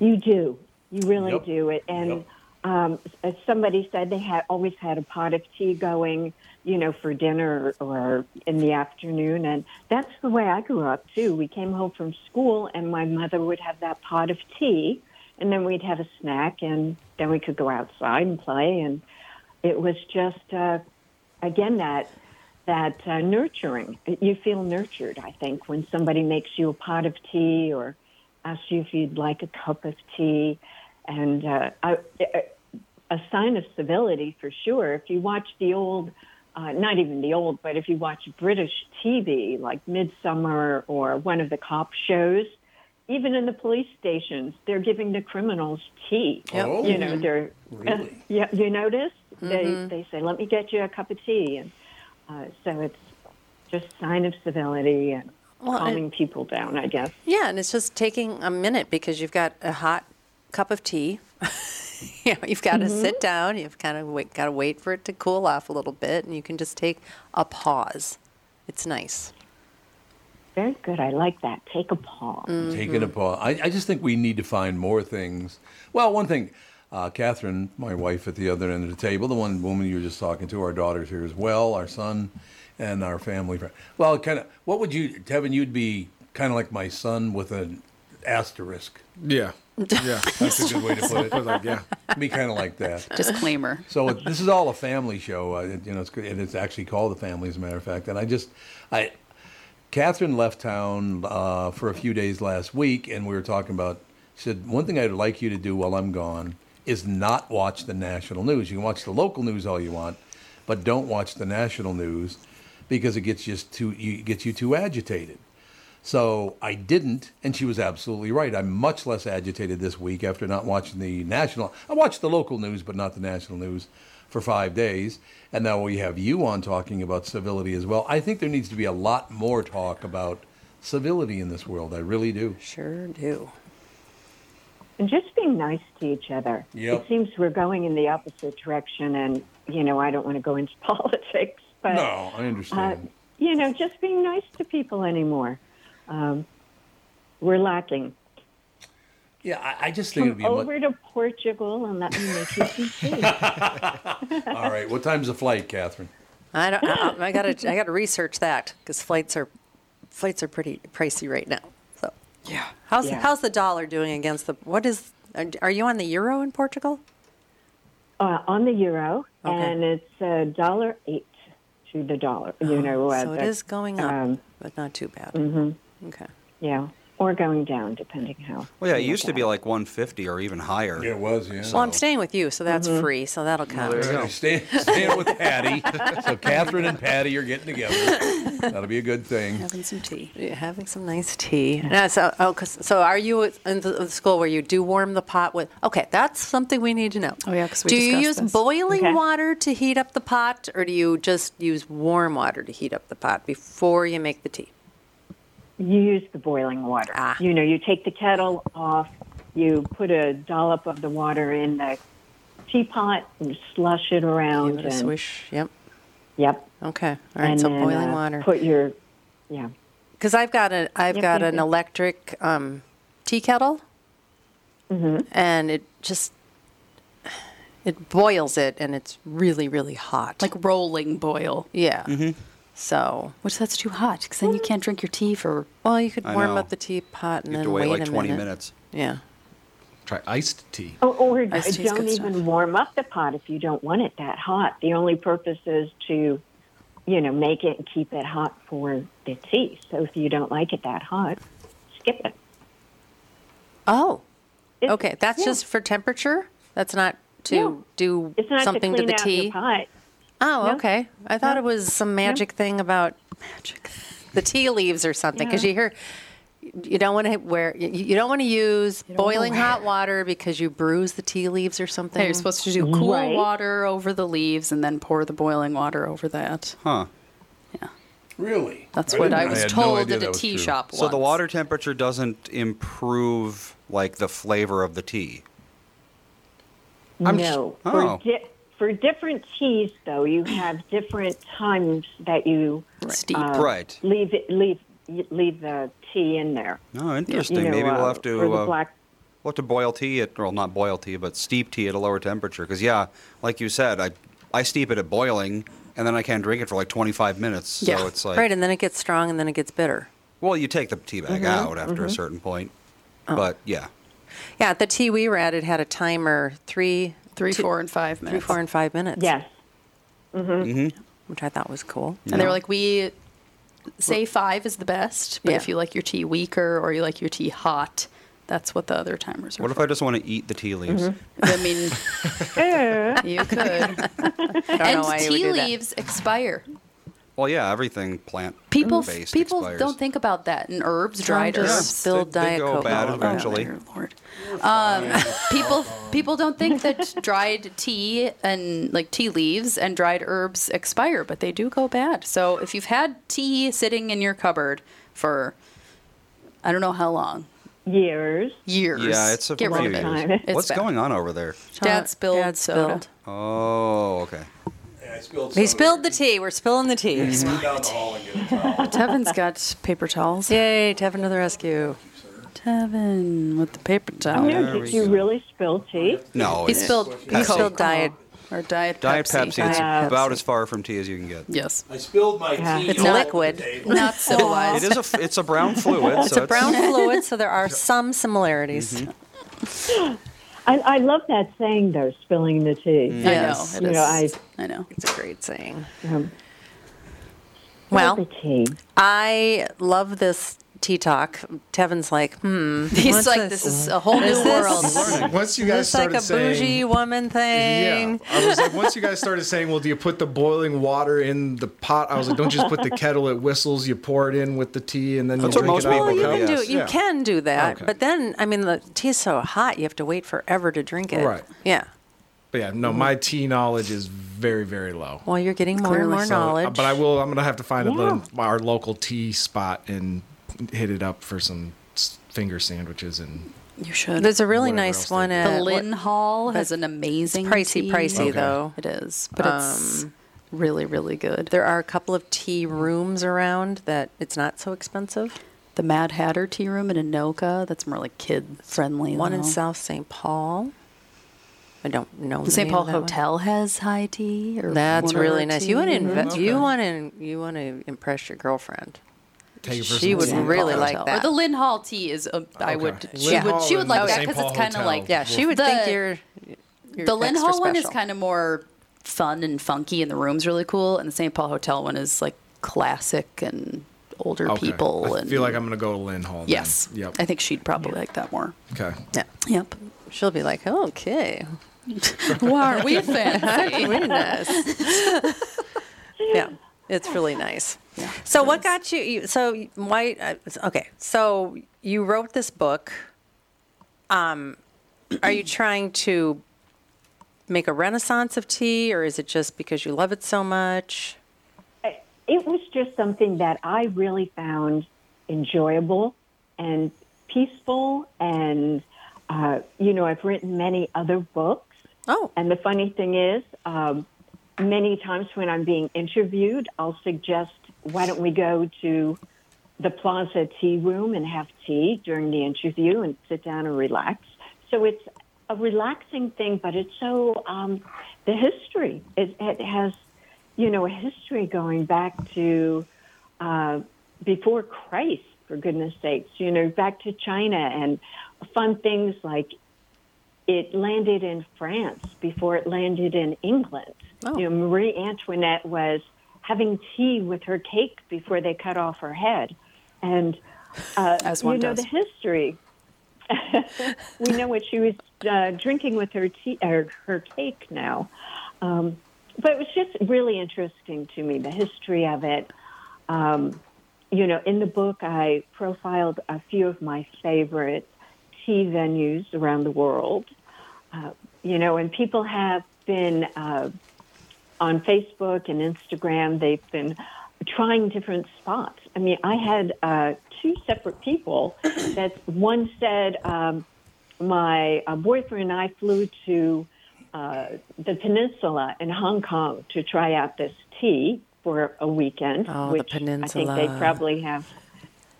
S8: You do. You really
S1: Yep.
S8: do. It and
S1: Yep.
S8: um, as somebody said, they had always had a pot of tea going, you know, for dinner or in the afternoon, and that's the way I grew up too. We came home from school, and my mother would have that pot of tea, and then we'd have a snack, and then we could go outside and play, and it was just uh, again that that uh, nurturing. You feel nurtured, I think, when somebody makes you a pot of tea or asks you if you'd like a cup of tea, and uh, I, a- a sign of civility for sure. If you watch the old, uh, not even the old, but if you watch British TV like Midsummer or one of the cop shows. Even in the police stations, they're giving the criminals tea.
S1: Oh.
S8: You know, they're
S1: Really? Mm-hmm.
S8: yeah, you notice they they say, "Let me get you a cup of tea," and uh, so it's just sign of civility. And
S3: Well, and-
S8: calming people down, I guess.
S3: Yeah, and it's just taking a minute because you've got a hot cup of tea. you know, you've got
S8: Mm-hmm.
S3: to sit down. You've kind of wait, got to wait for it to cool off a little bit, and you can just take a pause. It's nice.
S8: Very good. I like that. Take a pause.
S3: Mm.
S1: Taking a pause. I, I just think we need to find more things. Well, one thing, uh, Catherine, my wife at the other end of the table, the one woman you were just talking to, our daughter's here as well, our son, and our family friend. Well, kind of, what would you, Tevin, you'd be kind of like my son with an asterisk.
S4: Yeah. Yeah.
S1: That's a good way to put
S4: I was
S1: it.
S4: like, yeah.
S1: Be kind of like that.
S2: Disclaimer.
S1: So it, this is all a family show. Uh, it, you know, it's, good- and it's actually called the family, as a matter of fact. And I just, I, Catherine left town uh, for a few days last week, and we were talking about. She said one thing I'd like you to do while I'm gone is not watch the national news. You can watch the local news all you want, but don't watch the national news because it gets just too you, it gets you too agitated. So I didn't, and she was absolutely right. I'm much less agitated this week after not watching the national. I watched the local news, but not the national news for five days. And now we have you on talking about civility as well. I think there needs to be a lot more talk about civility in this world. I really do.
S3: Sure do.
S8: And just being nice to each other.
S1: Yep.
S8: It seems we're going in the opposite direction, and, you know, I don't want to go into politics, but,
S1: No, I
S8: uh,
S1: understand.
S8: you know, just being nice to people anymore. Um, we're lacking.
S1: yeah, I, I just think it'd
S8: Come
S1: be much.
S8: over to Portugal and let me make you some tea.
S1: All right, what time's the flight, Catherine?
S3: I don't. I, I gotta. I gotta research that because flights are, flights are pretty pricey right now. So
S2: Yeah.
S3: how's
S8: Yeah.
S3: how's the dollar doing against the? What is? Are, are you on the euro in Portugal?
S8: uh, on the euro,
S3: Okay.
S8: and it's a dollar eight to the dollar. You know, uh,
S3: Oh, so it
S8: that's,
S3: is going up,
S8: Um,
S3: but not too bad.
S8: Mm-hmm.
S3: Okay.
S8: yeah, or going down depending how.
S5: Well, yeah, it
S8: you
S5: used to
S8: look
S5: be
S8: at
S5: like 150 or even higher.
S1: It was, yeah.
S3: Well, I'm staying with you, so that's
S2: Mm-hmm.
S3: free. So that'll count.
S1: Stay, staying with Patty. so Catherine and Patty are getting together. That'll be a good thing.
S2: Having some tea.
S3: Yeah, having some nice tea. Yeah, so, oh, 'cause- so are you in the the school where you do warm the pot with? Okay, that's something we need to know.
S2: Oh, yeah, 'cause we
S3: do you use
S2: discussed this.
S3: boiling
S8: Okay.
S3: water to heat up the pot, or do you just use warm water to heat up the pot before you make the tea?
S8: it. You use the boiling water.
S3: Ah.
S8: You know, you take the kettle off, you put a dollop of the water in the teapot, and slush it around,
S3: Give it a
S8: and
S3: swish. Yep.
S8: yep.
S3: Okay. All right.
S8: and
S3: so
S8: then,
S3: boiling
S8: uh,
S3: water.
S8: Put your yeah.
S3: Because I've got a I've
S8: Yep,
S3: got
S8: yep,
S3: an
S8: yep.
S3: electric um, tea kettle,
S8: Mm-hmm.
S3: and it just it boils it, and it's really really hot.
S2: Like rolling boil.
S3: yeah. So
S2: Which that's too hot because then you can't drink your tea for.
S3: Mm. well, you could
S5: I
S3: warm
S5: know.
S3: up the teapot and
S5: You have
S3: then
S5: to wait, like
S3: a
S5: 20
S3: minute.
S5: minutes.
S3: Yeah.
S4: Try iced tea.
S8: Or, Oh, or
S3: Iced tea's
S8: don't
S3: good stuff.
S8: even warm up the pot if you don't want it that hot. The only purpose is to, you know, make it and keep it hot for the tea. So if you don't like it that hot, skip it.
S3: Oh.
S8: It's-
S3: Okay. That's
S8: yeah.
S3: just for temperature. That's not to
S8: No.
S3: do
S8: it's not
S3: something
S8: to,
S3: to,
S8: clean
S3: the
S8: out
S3: tea.
S8: Your pot.
S3: Oh,
S8: No.
S3: okay. I thought it was some magic thing about magic, the tea leaves or something. Because
S8: Yeah.
S3: you hear, you don't want to wear, you, you don't want to use boiling hot water because you bruise the tea leaves or something.
S2: Hey, you're supposed to do cool
S8: Right.
S2: water over the leaves and then pour the boiling water over that.
S5: Huh.
S1: Really?
S2: That's what I
S1: didn't-
S2: was
S1: had no
S2: told
S1: idea
S2: at
S1: that
S2: a
S1: was
S2: tea
S1: true.
S2: shop.
S5: So the
S2: once.
S5: water temperature doesn't improve like the flavor of the tea.
S4: I'm just-
S8: no.
S5: oh.
S8: For, di- for different teas, though, you have different times that you uh,
S2: Steep.
S5: Right.
S8: leave it, leave leave the tea in there.
S5: Oh,
S8: You
S5: interesting.
S8: know,
S5: Maybe we'll
S8: uh,
S5: have to
S8: or the
S5: uh,
S8: black
S5: we'll have to boil tea at well, not boil tea, but steep tea at a lower temperature. Because yeah, like you said, I I steep it at boiling, and then I can't drink it for like 25 minutes. So
S2: Yeah,
S5: it's like
S3: right, and then it gets strong and then it gets bitter.
S5: well, you take the tea bag
S2: Mm-hmm,
S5: out after a certain point,
S2: Oh.
S5: but yeah,
S3: Yeah, at the tea we were at, it had a timer three,
S2: Three,
S3: two-
S2: four, and five
S3: three,
S2: minutes.
S3: four, and five minutes.
S8: Yes.
S5: Mm-hmm.
S1: Mm-hmm.
S3: which I thought was cool.
S2: And they were like, we say five is the best, but if
S3: Yeah.
S2: you like your tea weaker or you like your tea hot, that's what the other timers are.
S5: what if I just want to eat the tea leaves?
S2: for. I mean, you could.
S3: I don't know why
S2: And
S3: you would
S2: tea
S3: do that.
S2: leaves expire.
S5: Well, yeah, everything plant
S2: People,
S5: based
S2: people
S5: expires.
S2: don't think about that. And herbs, dried
S3: Don't just
S2: herbs.
S3: spill
S5: They- they
S3: diet
S5: go
S3: coke.
S5: bad
S3: all over.
S5: eventually.
S2: Dear Lord. Um, people people don't think that dried tea and like tea leaves and dried herbs expire, but they do go bad. So if you've had tea sitting in your cupboard for I don't know how long.
S8: Years.
S2: Years.
S5: Yeah, it's a
S2: Get
S5: few
S2: rid of
S5: years.
S2: it.
S8: time. It's
S5: What's
S2: bad.
S5: going on over there?
S2: Dad spilled
S3: Dad
S2: soda.
S3: spilled.
S5: Oh, okay.
S1: Yeah, I spilled
S3: He
S1: some.
S3: spilled the tea. We're spilling the tea.
S1: Run down the hall and get a towel.
S2: Tevin's got paper towels.
S3: Yay, Tevin to the rescue.
S2: Tevin with the paper towel.
S8: No, did you really spill tea?
S5: No,
S2: He
S5: it's
S2: spilled
S3: He
S5: Pepsi.
S3: spilled diet.
S2: or diet Pepsi.
S5: Diet Pepsi. It's
S8: Diet
S5: about
S8: Pepsi.
S5: as far from tea as you can get.
S2: Yes.
S1: I spilled my
S8: Yeah.
S1: tea.
S3: It's
S1: all over the
S3: liquid.
S1: table.
S2: Not
S5: It
S2: civilized.
S5: is a it's a brown fluid.
S3: It's
S5: so
S3: a brown fluid, so there are some similarities.
S5: Mm-hmm.
S8: I, I love that saying though, spilling the
S3: Mm.
S5: Mm.
S8: tea.
S2: I know. It
S8: You know, I-
S2: is. I know.
S3: It's a great saying.
S8: Um,
S3: Well,
S8: the tea.
S3: I love this tea talk. Tevin's like, hmm.
S2: He's
S3: what's
S2: like, this? is a whole new world.
S4: Once you guys
S3: Is this like
S4: started
S3: a
S4: saying,
S3: bougie woman
S4: yeah,
S3: thing?
S4: I was like, once you guys started saying, well, do you put the boiling water in the pot? I was like, don't you just put the kettle. It whistles. You pour it in with the tea, and then
S5: That's
S4: you
S5: what
S4: drink
S5: most
S4: it out of
S3: Well,
S4: a cup.
S5: people
S3: you can do
S5: yes.
S3: you
S4: Yeah.
S3: can do that,
S4: Okay.
S3: but then I mean the tea is so hot, you have to wait forever to drink it.
S4: Right.
S3: Yeah.
S4: But yeah, no, my tea knowledge is very, very low.
S3: Well, you're getting more and
S2: Clearly
S3: more
S4: So, Uh,
S3: knowledge.
S4: But I will. I'm gonna have to find a,
S8: Yeah.
S4: lo- our local tea spot and hit it up for some s- finger sandwiches and
S2: You should.
S3: There's a really
S4: Whatever
S3: nice
S4: else they
S3: one
S4: do.
S3: at
S2: the Lynn Hall has an amazing
S3: pricey,
S2: tea.
S3: pricey, Okay. though. Um,
S2: It is, but it's really, really good.
S3: There are a couple of tea rooms around that it's not so expensive.
S2: The Mad Hatter Tea Room in Anoka. That's more like kid friendly.
S3: One in
S2: though.
S3: South St. Paul. I don't know.
S2: The
S3: the
S2: St.
S3: name
S2: Paul
S3: of that one.
S2: Hotel has high tea. Or
S3: That's
S2: whatever
S3: really nice.
S2: tea.
S3: You want to you want to you want to impress your girlfriend.
S4: take it for
S3: She
S4: some
S3: would
S4: tea.
S3: really
S2: Hotel.
S3: like that.
S2: Or the Lynn Hall tea is. A, I would.
S4: Okay.
S2: She
S4: Lynn
S2: would.
S4: Hall
S2: She would
S4: and
S2: like
S4: the
S2: that
S4: St.
S2: because it's
S4: Paul
S2: kind of
S4: Hotel.
S2: like
S3: yeah, she would think
S2: The-
S3: you're. you're
S2: the Lynn
S3: extra
S2: Hall one is
S3: special.
S2: kind of more fun and funky, and the room's really cool. And the St. Paul Hotel one is like classic and older
S4: Okay.
S2: people.
S4: I
S2: and
S4: feel like I'm gonna go to Lynn Hall. then.
S2: Yes.
S4: Yep.
S2: I think she'd probably like that more.
S4: okay.
S2: Yep.
S3: She'll be like, okay,
S2: Wow, we fancy.
S3: goodness. yeah, it's really nice. so, what got you? you so, why? uh, Okay, so you wrote this book. Um, are you trying to make a renaissance of tea, or is it just because you love it so much?
S8: it was just something that I really found enjoyable and peaceful. And, uh, you know, I've written many other books.
S3: Oh.
S8: And the funny thing is, um, many times when I'm being interviewed, I'll suggest, why don't we go to the plaza tea room and have tea during the interview and sit down and relax. So it's a relaxing thing, but it's so um, the history. It, it has, you know, a history going back to uh, before Christ, for goodness sakes, you know, back to China and fun things like it landed in France before it landed in England.
S2: Oh.
S8: You know, Marie Antoinette was having tea with her cake before they cut off her head. And, uh,
S2: As
S8: you
S2: one
S8: know,
S2: does.
S8: the history. we know what she was uh, drinking with her tea or her cake now. Um, but it was just really interesting to me, the history of it. Um, you know, in the book, I profiled a few of my favorite tea venues around the world. Uh, you know, and people have been uh, on Facebook and Instagram, they've been trying different spots. I mean, I had uh, two separate people that one said, um, my uh, boyfriend and I flew to uh, the peninsula in Hong Kong to try out this tea for a weekend,
S3: Oh, the
S8: which I think
S3: peninsula.
S8: they probably have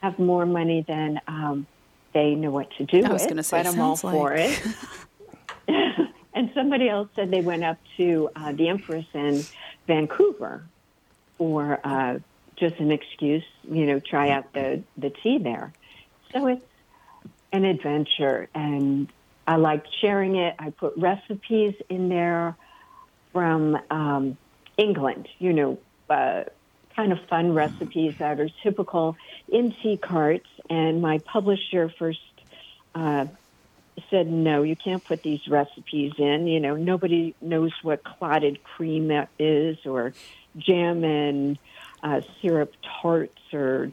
S8: have more money than um, they know what to do
S2: I was
S8: with,
S2: gonna say,
S8: but I'm all
S2: sounds
S8: for
S2: like-
S8: it. and somebody else said they went up to uh, the Empress in Vancouver for uh, just an excuse, you know, try out the, the tea there. So it's an adventure, and I like sharing it. I put recipes in there from um, England, you know, uh, kind of fun recipes that are typical in tea carts. And my publisher first uh, said, no, you can't put these recipes in. You know, nobody knows what clotted cream that is or jam and uh, syrup tarts or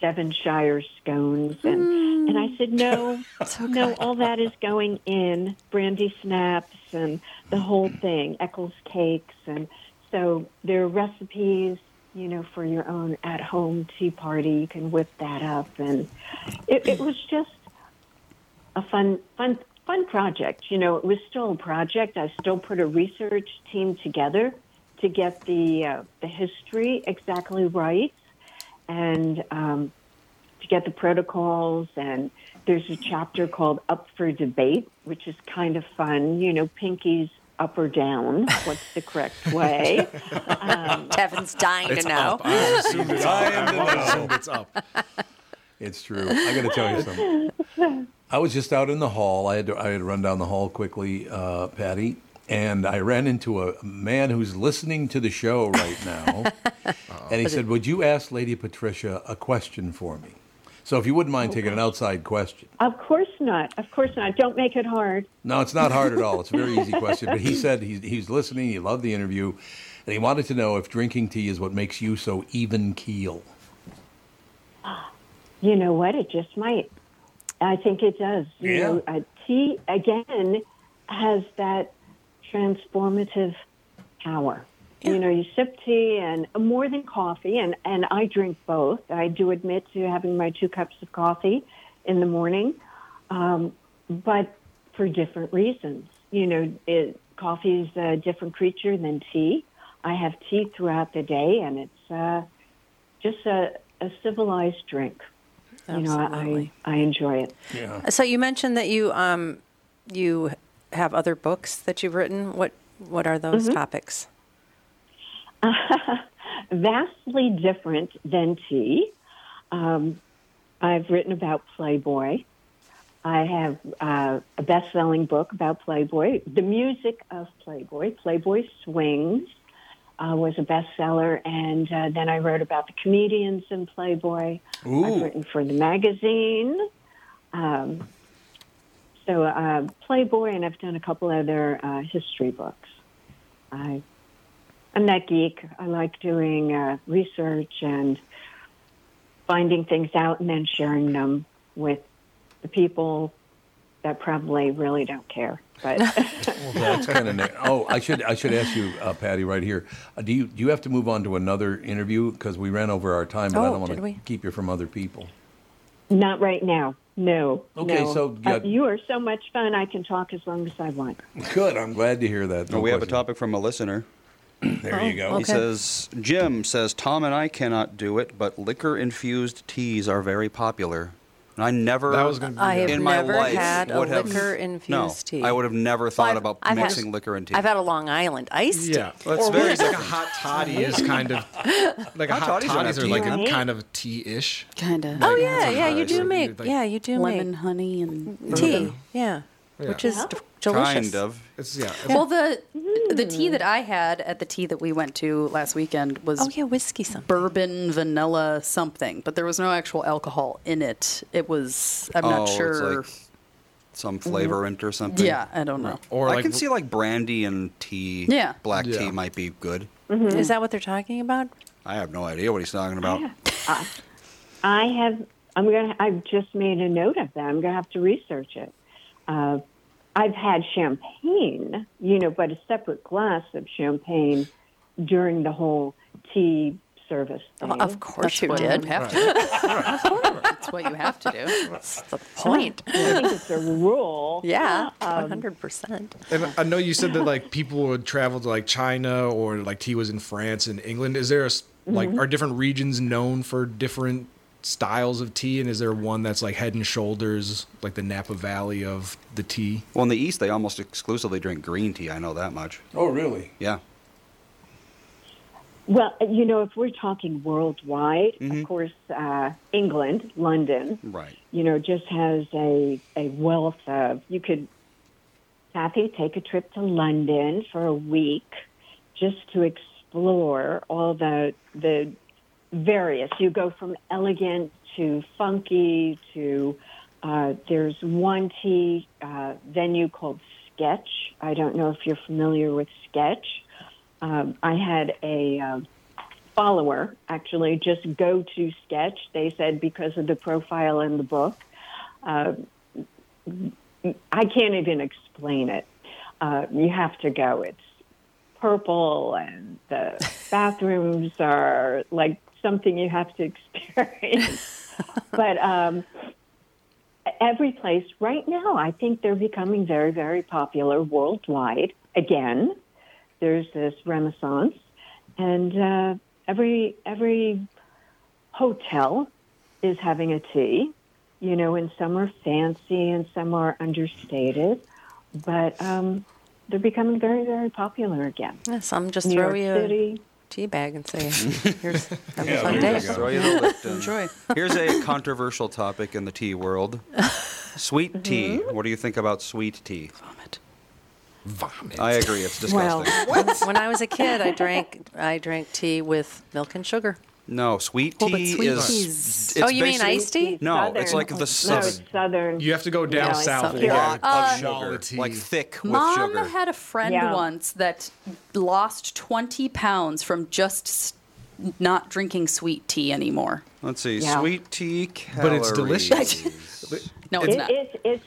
S8: Devonshire scones. And, and I said, no, no, all that is going in brandy snaps and the whole thing, Eccles cakes. And so there are recipes you know, for your own at home tea party. You can whip that up. And it, it was just a fun, fun, fun project. You know, it was still a project. I still put a research team together to get the, uh, the history exactly right. And, um, to get the protocols and there's a chapter called up for debate which is kind of fun you know pinkies up or down what's the correct way Um,
S3: Tevin's dying to know.
S4: Up. I assume it's up.
S1: Time to
S4: I
S1: know.
S4: assume it's up.
S1: It's true. I got to tell you something. I was just out in the hall. I had to, I had to run down the hall quickly, uh, Patty, and I ran into a man who's listening to the show right now, and he said, "Would you ask Lady Patricia a question for me?" So, if you wouldn't mind taking an outside question.
S8: of course not of course not don't make it hard
S1: No, it's not hard at all. It's a very easy question. But he said he's, he's listening. He loved the interview, and he wanted to know if drinking tea is what makes you so even keel.
S8: you know what it just might i think it does you
S1: Yeah.
S8: know uh, tea again has that transformative power you know you sip tea and more than coffee and and i drink both i do admit to having my two cups of coffee in the morning um, but for different reasons you know it, coffee is a different creature than tea i have tea throughout the day and it's uh, just a, a civilized drink you know,
S3: Absolutely.
S8: I, I enjoy it.
S3: So you mentioned that you um, you have other books that you've written. What what are those topics?
S8: Uh, Vastly different than tea. Um, I've written about Playboy. I have uh, a best selling book about Playboy, The Music of Playboy. Playboy Swings uh, was a bestseller. And uh, then I wrote about the comedians in Playboy. I've written for the magazine. Um, so uh, Playboy, and I've done a couple other uh, history books. I, I'm that geek. I like doing uh, research and finding things out and then sharing them with the people that probably really don't care. But
S1: That's kind of neat. Oh, I should I should ask you, uh, Patty, right here. Uh, do you do you have to move on to another interview because we ran over our time? But I
S3: Oh,
S1: don't want
S3: did
S1: to
S3: we?
S1: keep you from other people.
S8: not right now. No.
S1: Okay,
S8: no.
S1: so,
S8: Uh,
S1: yeah.
S8: you are so much fun. I can talk as long as I want.
S1: Good. I'm glad to hear that.
S5: Oh, we have a
S1: question.
S5: topic from a listener.
S1: There you
S3: Oh,
S1: go.
S5: He says, Jim says, Tom and I cannot do it, but liquor infused teas are very popular. And I never,
S4: That was gonna be-
S3: I have
S5: in my
S3: never
S5: life,
S3: had a
S5: would have,
S3: liquor infused
S5: no,
S3: tea.
S5: I would have never thought
S3: I've-
S5: about
S3: I've had-
S5: mixing liquor and tea.
S3: I've had a Long Island iced tea.
S4: Yeah, that's
S5: Or
S4: very
S5: really
S4: like a hot toddy is kind of like a
S5: Hot
S4: hot,
S5: toddies don't
S4: toddies
S5: have
S4: are
S5: tea
S4: like
S5: in
S4: a
S8: them.
S4: kind of tea-ish.
S2: Kind of
S3: Oh
S4: Like,
S3: yeah,
S4: that's
S3: yeah.
S4: what
S3: You
S4: I
S3: do
S4: said,
S3: make
S4: like-
S3: yeah, you do
S2: lemon, honey, and
S3: make tea. Yeah, which is d- delicious.
S5: kind of.
S4: It's yeah. it's-
S2: Well, the the tea that I had at the tea that we went to last weekend was
S3: Oh yeah, whiskey something.
S2: bourbon vanilla something, but there was no actual alcohol in it. It was I'm
S5: Oh,
S2: not
S5: it's
S2: sure.
S5: like some
S3: Mm-hmm.
S5: flavorant or something.
S2: yeah, I don't know.
S4: or
S5: I
S4: like
S5: can see like brandy and tea.
S2: Yeah.
S5: Black
S4: Yeah.
S5: tea might be good.
S3: Is that what they're talking about?
S5: I have no idea what he's talking about.
S8: Uh, I have. I'm gonna. I've just made a note of that. I'm gonna have to research it. Uh, I've had champagne, you know, but a separate glass of champagne during the whole tea service. Thing.
S3: Of course
S2: That's what
S3: you
S2: you
S3: did.
S2: have to. do. That's what you have to do.
S3: That's the point.
S8: I think it's a rule.
S3: Yeah, um, one hundred percent.
S4: And I know you said that like people would travel to like China or like tea was in France and England. Is there a, s- like
S8: Mm-hmm.
S4: are different regions known for different styles of tea? And is there one that's like head and shoulders like the Napa Valley of the tea?
S5: Well, in the East, they almost exclusively drink green tea. I know that much.
S1: Oh, really?
S5: Yeah.
S8: Well, you know, if we're talking worldwide,
S1: Mm-hmm.
S8: of course, uh, England, London,
S5: Right.
S8: you know, just has a, a wealth of, you could, Kathy, take a trip to London for a week just to explore all the, the various. You go from elegant to funky to, uh, there's one tea uh, venue called Sketch. I don't know if you're familiar with Sketch. Um, I had a, um, follower actually just go to sketch they said because of the profile in the book uh, i can't even explain it uh, you have to go it's purple, and the bathrooms are like something you have to experience. but um, every place right now, I think they're becoming very, very popular worldwide. Again, there's this renaissance, and uh, every every hotel is having a tea. You know, and some are fancy and some are understated, but um, they're becoming very, very popular again.
S3: Yeah, some just
S8: New
S3: throw
S8: York
S3: you
S8: City.
S3: a tea bag uh, and say, "Here's have a
S1: Yeah,
S3: fun
S1: there you
S3: day."
S1: go.
S5: Throw you the Lipton.
S2: Enjoy.
S5: uh, Here's a controversial topic in the tea world. Sweet tea. What do you think about sweet tea?
S2: Vomit.
S5: I agree. It's
S8: Well,
S5: disgusting.
S3: When I was a kid, I drank I drank tea with milk and sugar.
S5: No, sweet tea
S2: Well, but sweet
S5: is.
S2: tea's-
S5: It's
S3: oh, you mean
S5: basically-
S3: iced tea?
S5: No, it's
S8: Southern.
S5: like
S3: Oh,
S5: the
S8: no,
S5: southern.
S8: it's southern.
S4: You have to go down
S8: Yeah,
S4: south
S8: it's
S4: and
S8: up
S4: get
S5: lot
S4: a
S5: of
S4: bottle
S5: sugar,
S4: of tea.
S5: like thick with
S2: Mom
S5: sugar.
S2: had a friend
S8: Yeah.
S2: once that lost 20 pounds from just s- not drinking sweet tea anymore.
S5: Let's see,
S8: Yeah.
S5: sweet tea
S4: But
S5: calories.
S4: it's delicious.
S2: No, it's
S8: It,
S2: not.
S8: it's it's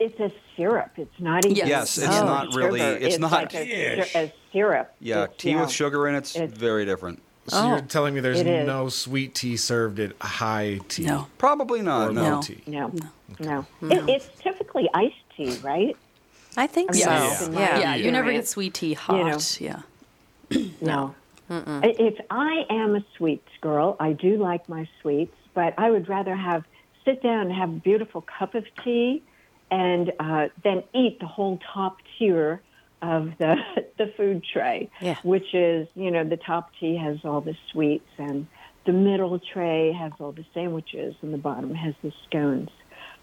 S8: it's a syrup. It's not even.
S2: Yes,
S5: it's
S8: Oh,
S5: not really-
S8: sugar.
S5: it's not-
S8: like a,
S1: Ish.
S8: a syrup.
S5: Yeah,
S8: It's-
S5: tea with sugar in it's,
S8: It's-
S5: very different.
S4: So you're telling me there's
S8: Oh, It is.
S4: no sweet tea served at high tea
S2: No.
S5: Probably
S4: or
S5: not.
S4: low
S5: No.
S2: No.
S4: tea?
S8: No, no. It, it's typically iced tea, right?
S3: I think so.
S8: Yeah.
S3: Yeah.
S8: Yeah.
S2: Yeah, you never get
S8: Experience.
S2: sweet tea hot.
S8: You know.
S2: Yeah.
S8: No.
S3: Mm.
S8: I- If I am a sweets girl, I do like my sweets, but I would rather have sit down and have a beautiful cup of tea, and uh, then eat the whole top tier of the the food tray,
S3: Yeah.
S8: which is you know the top tea has all the sweets, and the middle tray has all the sandwiches, and the bottom has the scones.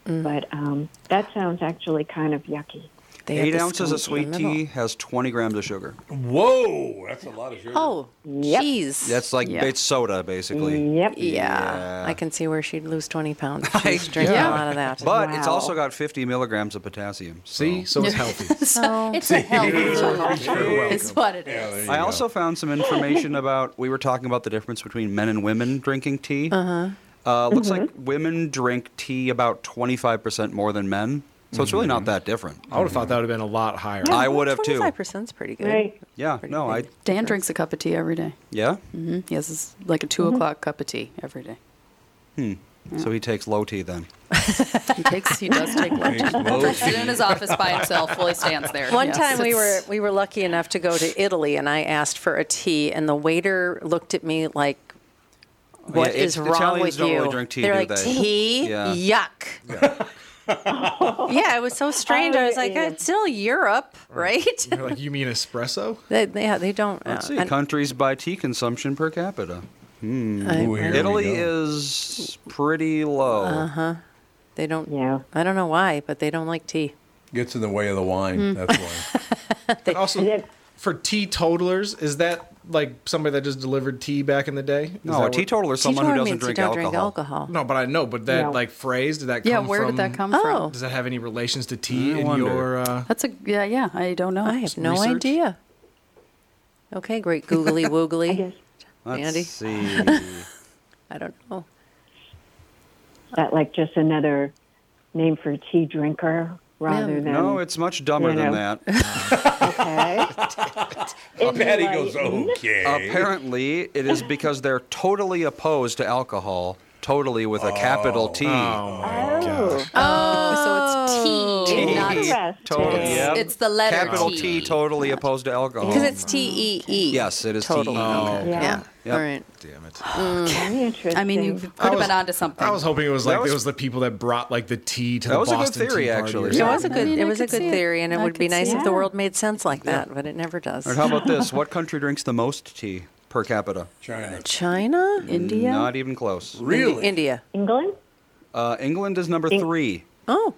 S3: Mm.
S8: But um, that sounds actually kind of yucky.
S3: They have
S5: Eight
S3: the
S5: ounces of
S3: scone in
S5: sweet
S3: the middle.
S5: tea has 20 grams of sugar.
S1: Whoa, that's a lot of sugar.
S3: Oh, jeez.
S5: That's like
S2: Yeah.
S5: it's soda basically.
S8: Yep.
S3: yeah.
S5: Yeah.
S3: I can see where she'd lose 20 pounds. She's drinking a lot of that.
S5: But it's
S8: Wow.
S5: also got 50 milligrams of potassium. so-
S4: See, so it's healthy.
S2: So it's a healthy chocolate. It's what it is.
S1: Yeah, there you
S5: I
S1: go.
S5: also found some information about we were talking about the difference between men and women drinking tea. Uh-huh. looks like
S3: Mm-hmm.
S5: women drink tea about 25% more than men. So it's really not that different.
S4: Mm-hmm. I would have thought that would have been a lot higher.
S5: I would have too.
S3: 25% is pretty good.
S8: Right.
S5: Yeah, no, I
S2: Dan drinks a cup of tea every day.
S5: yeah.
S2: Mm-hmm. He has his, like a 2 o'clock cup of tea every day.
S5: Hmm. So he takes low tea then.
S2: He takes, he does take lunch.
S1: Takes low
S2: He's in his office by himself while he stands there.
S3: One
S2: Yes,
S3: time we were
S2: it's-
S3: we were lucky enough to go to Italy, and I asked for a tea, and the water looked at me like, "What
S5: Yeah,
S3: is
S5: it-
S3: wrong
S5: Italians
S3: with
S5: don't
S3: you?"
S5: really drink tea,
S3: They're
S5: do
S3: like,
S5: they?
S3: "Tea?
S5: Yeah.
S3: Yuck." Yeah. it was so strange. I was
S8: Oh,
S3: like, "It's still Europe, right?"
S4: You're like, you mean espresso?
S3: they, they, yeah, they don't. uh,
S5: Let's see.
S3: and
S5: Countries by tea consumption per capita. Hmm.
S3: I-
S1: Ooh, here we
S5: Italy
S1: go.
S5: is pretty low.
S2: Uh,
S3: Uh-huh. they don't.
S8: Yeah.
S3: I don't know why, but they don't like tea. Hmm.
S1: gets in the way of the wine.
S3: Mm.
S1: That's why.
S4: But also,
S8: Yep.
S4: for teetotalers, is that like somebody that just delivered tea back in the day? Is that
S5: No, a
S4: what-
S5: teetotaler is someone who
S3: Teetotaler
S5: doesn't
S3: means you
S5: drink
S3: don't
S5: alcohol.
S3: drink alcohol.
S4: No, but I know. But that
S8: No.
S4: like phrase did that come
S2: Yeah, where did that
S4: from-
S2: come from?
S3: Oh.
S4: Does that have any relations to tea
S5: Mm, I
S4: in
S5: wonder.
S4: your? Uh,
S2: That's a, yeah, yeah. I don't know.
S3: I have no
S4: Research?
S3: idea. Okay, great googly woogly. I
S8: Yes,
S5: Let's
S3: Andy?
S5: see.
S3: I don't know.
S8: that like just another name for tea drinker rather than
S5: no, it's much dumber
S8: You
S5: than
S8: know.
S5: that.
S8: okay. It's
S1: Patty
S8: like-
S1: goes, okay.
S5: Apparently, it is because they're totally opposed to alcohol, totally with a capital T.
S4: oh my
S8: Oh,
S4: gosh.
S2: Oh, so it's tea.
S5: T,
S2: Not,
S8: Tea. Interesting.
S5: totally.
S8: It's-
S5: yep.
S2: it's the letter
S5: capital
S2: T.
S5: T, totally opposed to alcohol.
S3: Because it's T E E.
S5: Yes, it is
S3: Totally.
S5: T.
S4: Oh,
S8: yeah.
S3: Yeah.
S5: Yep.
S3: All right.
S4: damn it!
S8: Very interesting.
S2: Mm. I mean, you could
S4: I
S2: have
S4: was-
S2: been onto something.
S4: I was hoping it was
S5: That
S4: like
S5: was-
S4: it was the people that brought like the tea to
S5: That
S4: the
S5: was a good
S4: Boston Tea
S5: theory,
S4: Party or something.
S5: actually.
S3: It
S5: Yeah.
S3: was
S2: I
S3: a good.
S2: mean, I
S3: it was a
S2: could see
S3: good
S2: it.
S3: theory, and it
S2: I
S3: would be
S2: could see
S3: nice
S8: it.
S3: if the world made sense like that, but it never does.
S5: Or how about this? What country drinks the most tea per capita?
S1: China.
S3: China,
S2: India?
S5: Not even close.
S1: Really?
S3: India.
S8: England,
S5: Uh, England is number three.
S3: Oh,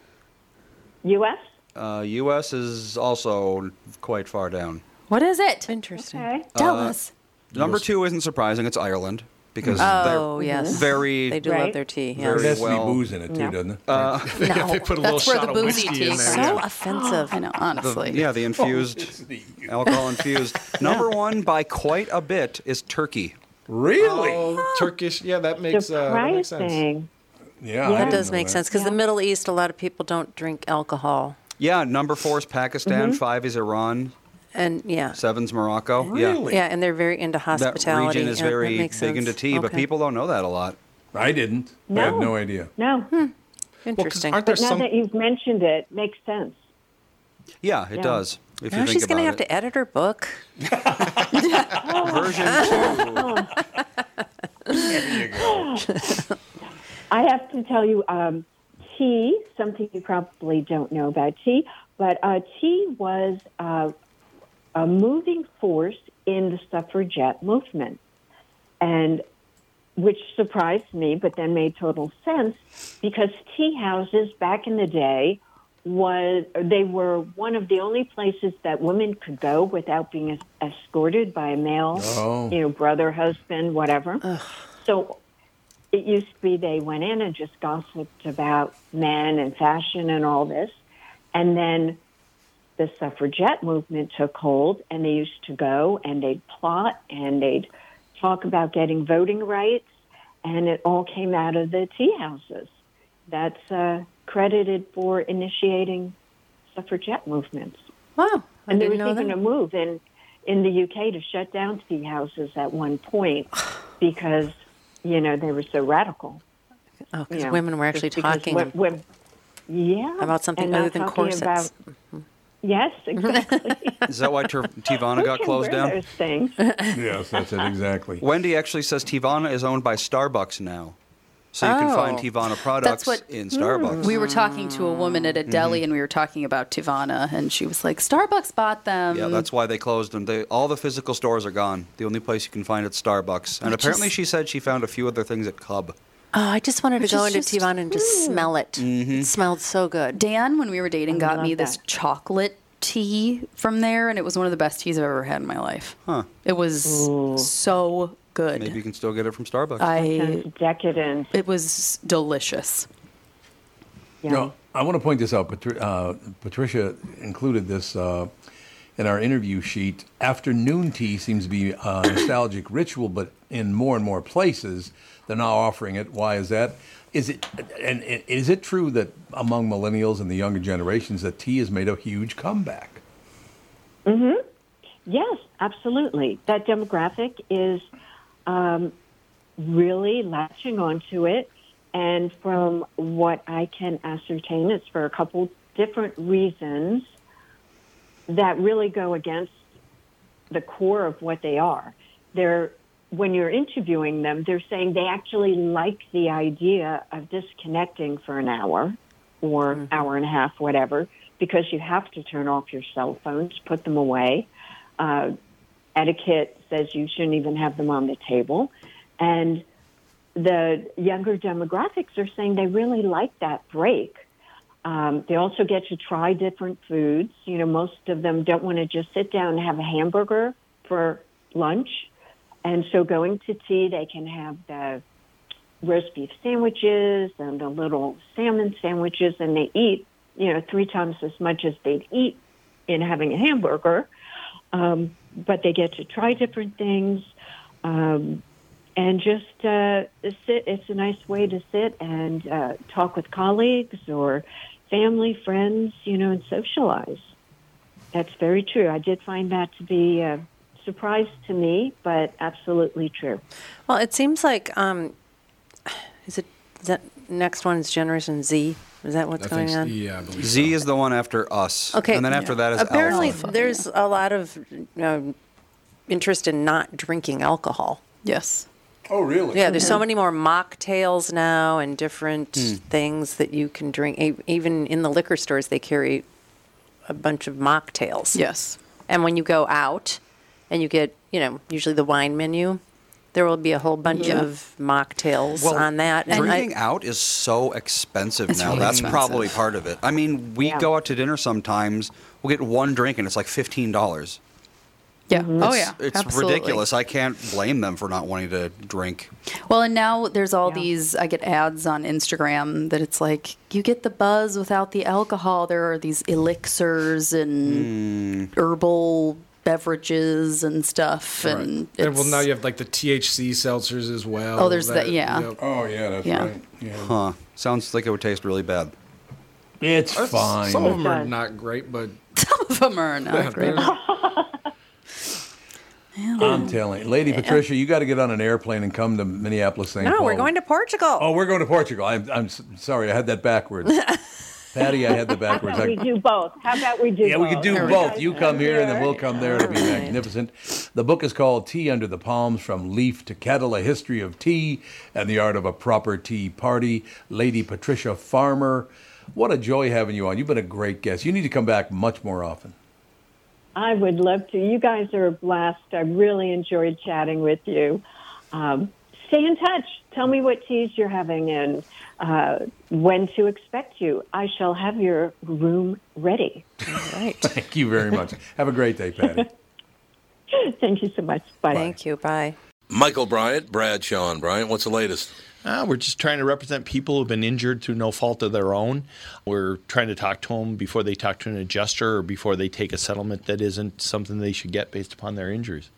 S8: U.S.
S5: Uh, U.S. is also quite far down. Uh,
S2: what is it?
S3: interesting.
S8: Okay.
S4: Uh,
S2: Tell us.
S5: Number two isn't surprising. It's Ireland because
S3: Oh
S5: they're
S3: yes,
S5: very
S3: They do love
S8: Right.
S3: their tea. Yeah.
S1: There
S5: Very
S1: has to
S5: well. Uh,
S1: be booze in it, too,
S8: No.
S1: doesn't it?
S2: No,
S4: They put a little
S2: that's where
S4: shot
S2: the
S4: of
S2: boozy
S4: whiskey
S2: tea
S4: in
S2: is.
S4: there.
S3: so
S4: yeah.
S3: offensive.
S2: I know, honestly.
S5: yeah the infused alcohol infused. Number one by quite a bit is Turkey.
S1: Really?
S4: Oh, Turkish. Yeah, that makes
S5: Oh,
S4: uh, that makes sense.
S8: Surprising.
S1: yeah. I
S3: That
S1: didn't
S3: does
S1: know
S3: make
S1: that.
S3: sense because the Middle East, a lot of people don't drink alcohol.
S5: Yeah, number four is Pakistan. Five is Iran.
S3: and Mm-hmm. yeah,
S5: Sevens, Morocco.
S7: Really?
S5: Yeah.
S3: yeah, and they're very into
S5: That
S3: hospitality.
S5: region is
S3: Yeah, that
S5: very big
S3: makes
S5: into
S3: sense.
S5: tea, but
S3: Okay.
S5: people don't know that a lot.
S1: I didn't. I had
S8: No.
S1: no idea.
S8: No,
S4: Well, 'cause
S3: Hmm. Interesting.
S4: aren't there
S8: but now
S4: some?
S8: that you've mentioned it, makes sense.
S5: Yeah, it does. If you
S3: Now
S5: think
S3: she's
S5: about
S3: gonna have
S5: it.
S3: to edit her book.
S5: Version two.
S8: I have to tell you, um, tea, something you probably don't know about tea, but uh, tea was uh, a moving force in the suffragette movement, and which surprised me, but then made total sense because tea houses back in the day was they were one of the only places that women could go without being es- escorted by a male,
S1: Oh.
S8: you know, brother, husband, whatever. So it used to be they went in and just gossiped about men and fashion and all this. And then the suffragette movement took hold, and they used to go and they'd plot and they'd talk about getting voting rights, and it all came out of the tea houses. That's uh, credited for initiating suffragette movements.
S3: Wow, I
S8: And there was
S3: didn't know
S8: even
S3: that.
S8: a move in, in the UK to shut down tea houses at one point because, you know, they were so radical.
S3: Oh, because
S8: you know,
S3: women were
S8: just
S3: actually
S8: because
S3: talking
S8: wo- wom- yeah,
S3: about something
S8: and
S3: other
S8: not
S3: than
S8: talking
S3: corsets. Mm-hmm.
S8: about- yes, exactly.
S5: Is that why Tiv-
S8: Who
S5: Tivana got
S8: can
S5: closed
S8: wear
S5: down?
S8: Those things.
S1: Yes, that's it exactly.
S5: Wendy actually says Tivana is owned by Starbucks now. So you can find
S3: Oh.
S5: Tivana products
S2: what- Hmm.
S5: in Starbucks.
S2: We were talking to a woman at a
S4: Mm-hmm.
S2: deli and we were talking about Tivana, and she was like, Starbucks bought them.
S5: yeah, that's why they closed them. They, all the physical stores are gone. The only place you can find it is Starbucks. And apparently she said she found a few other things at Cub.
S3: Oh, I just wanted to
S2: Which
S3: go
S2: is
S3: into
S2: just-
S3: Tivon and just smell it.
S4: Mm-hmm.
S3: It smelled so good.
S2: Dan, when we were dating, got
S8: love
S2: me this
S8: that.
S2: chocolate tea from there, and it was one of the best teas I've ever had in my life. Huh. It was so good.
S5: Maybe you can still get it from Starbucks.
S2: I.
S8: It's decadent.
S2: It was delicious.
S8: Yeah.
S1: No, I want to point this out. Patri- uh, Patricia included this uh, in our interview sheet. Afternoon tea seems to be uh, a nostalgic ritual, but in more and more places, they're now offering it. Why is that? Is it and and is it true that among millennials and the younger generations that tea has made a huge comeback?
S8: Mm-hmm. Yes, absolutely. That demographic is um, really latching onto it. And from what I can ascertain, it's for a couple different reasons that really go against the core of what they are. They're, when you're interviewing them, they're saying they actually like the idea of disconnecting for an hour or hour and a half, whatever, because you have to turn off your cell phones, put them away uh, etiquette says you shouldn't even have them on the table. And the younger demographics are saying they really like that break. Um, they also get to try different foods. You know, most of them don't want to just sit down and have a hamburger for lunch. And so going to tea, they can have the roast beef sandwiches and the little salmon sandwiches, and they eat, you know, three times as much as they'd eat in having a hamburger um, but they get to try different things um, and just uh, sit. It's a nice way to sit and uh, talk with colleagues or family, friends, you know, and socialize. That's very true. I did find that to be a surprise to me, but absolutely true.
S3: Well, it seems like um, is it is that next one is Generation Z? Is that what's
S4: I
S3: going
S4: think,
S3: on?
S4: yeah, I believe
S5: Z is the one after us.
S3: Okay.
S5: And then after that is
S3: apparently
S5: Alpha.
S3: there's a lot of um, interest in not drinking alcohol.
S2: Yes.
S1: Oh, really?
S3: Yeah, there's
S2: Mm-hmm.
S3: so many more mocktails now and different
S5: Hmm.
S3: things that you can drink. E- Even in the liquor stores, they carry a bunch of mocktails.
S2: Yes.
S3: And when you go out and you get, you know, usually the wine menu, there will be a whole bunch
S2: Yeah.
S3: of mocktails
S5: Well,
S3: on that. And I-
S5: Drinking out is so expensive
S2: It's
S5: now.
S2: really
S5: That's
S2: expensive.
S5: probably part of it. I mean, we
S8: Yeah.
S5: go out to dinner sometimes, we'll get one drink and it's like fifteen dollars.
S2: Yeah.
S3: Mm-hmm.
S2: Oh, yeah.
S5: It's
S2: Absolutely.
S5: ridiculous. I can't blame them for not wanting to drink.
S2: Well, and now there's all
S8: Yeah.
S2: these. I get ads on Instagram that it's like you get the buzz without the alcohol. There are these elixirs and
S5: Hmm.
S2: herbal beverages and stuff, and
S4: Right.
S2: it's,
S4: And well, now you have like the THC seltzers as well.
S2: Oh, there's that- yeah.
S1: Oh, yeah, that's
S2: Yeah.
S1: right. Yeah.
S5: Huh. Sounds like it would taste really bad.
S1: It's
S4: That's-
S1: fine.
S4: Some of them are
S8: Fine.
S4: not great, but
S2: some of them are not great.
S4: there's-
S5: Um,
S1: I'm telling you, Lady Patricia, you got to get on an airplane and come to Minneapolis, St.
S3: No,
S1: Paul.
S3: we're going to Portugal.
S1: Oh, we're going to Portugal. I'm, I'm s- sorry, I had that backwards. Patty, I had the
S8: How
S1: backwards.
S8: about
S1: I-
S8: we do both? How about Oh, we do
S1: yeah,
S8: both?
S1: we could do
S8: All
S1: both.
S8: right.
S1: You come here, and then we'll come there. It'll be
S3: All right.
S1: magnificent. The book is called Tea Under the Palms From Leaf to Kettle A History of Tea and the Art of a Proper Tea Party. Lady Patricia Farmer, what a joy having you on. You've been a great guest. You need to come back much more often.
S8: I would love to. You guys are a blast. I really enjoyed chatting with you. Um, stay in touch. Tell me what teas you're having and uh, when to expect you. I shall have your room ready.
S1: Thank you very much. Have a great day, Patty.
S8: Thank you so much. Bye.
S3: Thank you. Bye.
S6: Michael Bryant, Brad Sean Bryant, what's the latest?
S7: Ah, we're just trying to represent people who've been injured through no fault of their own. We're trying to talk to them before they talk to an adjuster or before they take a settlement that isn't something they should get based upon their injuries.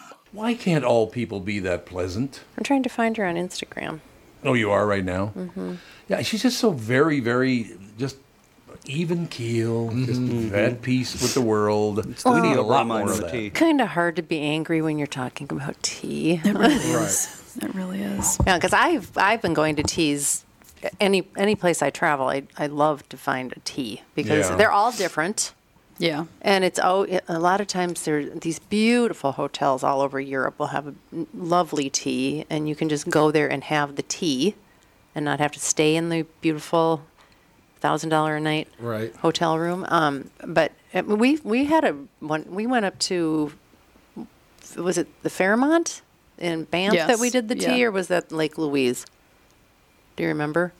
S1: Why can't all people be that pleasant?
S3: I'm trying to find her on Instagram. Mm-hmm.
S1: Oh, you are right now. Yeah, she's just so very, very just even keel, just at peace with the world. we
S2: Oh.
S1: need a lot
S5: Rama and
S1: more of that.
S5: Mati.
S3: Kind of hard to be angry when you're talking about tea.
S2: It really is. It really is.
S3: Yeah, because I've I've been going to teas. Any any place I travel, I, I love to find a tea because
S1: Yeah.
S3: they're all different,
S2: Yeah.
S3: and it's oh a lot of times there these beautiful hotels all over Europe will have a lovely tea, and you can just go there and have the tea, and not have to stay in the beautiful thousand dollar a night
S4: Right.
S3: hotel room. Um, but uh, we we had a one we went up to was it the Fairmont in Banff that we
S2: Yes,
S3: did the tea,
S2: yeah.
S3: or was that Lake Louise? Do you remember?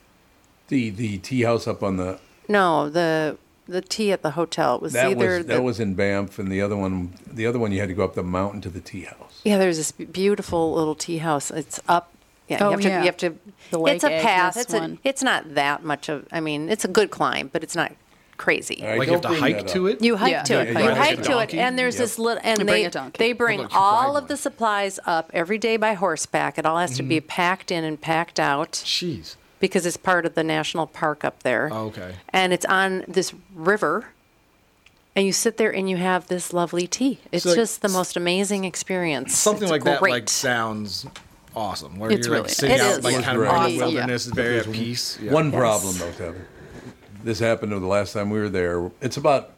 S1: The the tea house up on the
S3: No, the the tea at the hotel it was
S1: that
S3: either
S1: was
S3: the,
S1: that was in Banff, and the other one the other one you had to go up the mountain to the tea house.
S3: yeah. There's this beautiful little tea house. It's up. Yeah,
S2: Oh,
S3: you have to.
S2: yeah.
S3: You have to
S2: The Lake
S3: it's a
S2: Agnes
S3: path. It's
S2: one.
S3: a. It's not that much of. I mean, it's a good climb, but it's not crazy.
S1: All right,
S4: Like you have
S1: don't
S4: to
S1: bring
S4: hike
S1: that
S4: to
S1: up.
S4: it.
S3: You hike
S2: Yeah.
S3: to
S2: Yeah,
S3: it.
S4: yeah,
S3: You
S4: yeah.
S3: hike
S4: Like a
S3: to it,
S4: donkey?
S3: and there's this little, and
S2: You
S3: they
S2: bring a donkey.
S3: they bring
S4: like you
S3: all
S4: ride
S3: of
S4: one.
S3: the supplies up every day by horseback. It all has to be packed in and packed out
S4: Mm-hmm. Jeez.
S3: because it's part of the national park up there.
S4: Oh, okay.
S3: And it's on this river, and you sit there and you have this lovely tea. It's
S4: like,
S3: just the most amazing experience.
S4: Something
S3: It's
S4: like that
S3: great.
S4: like sounds awesome. Where
S2: It's
S4: you're
S2: really
S4: like sitting
S3: nice. It
S4: out
S3: is.
S4: like kind of
S1: Right.
S4: in
S3: Awesome.
S4: the wilderness, it's very at peace. Yeah.
S1: One problem though, Kevin. This happened the last time we were there. It's about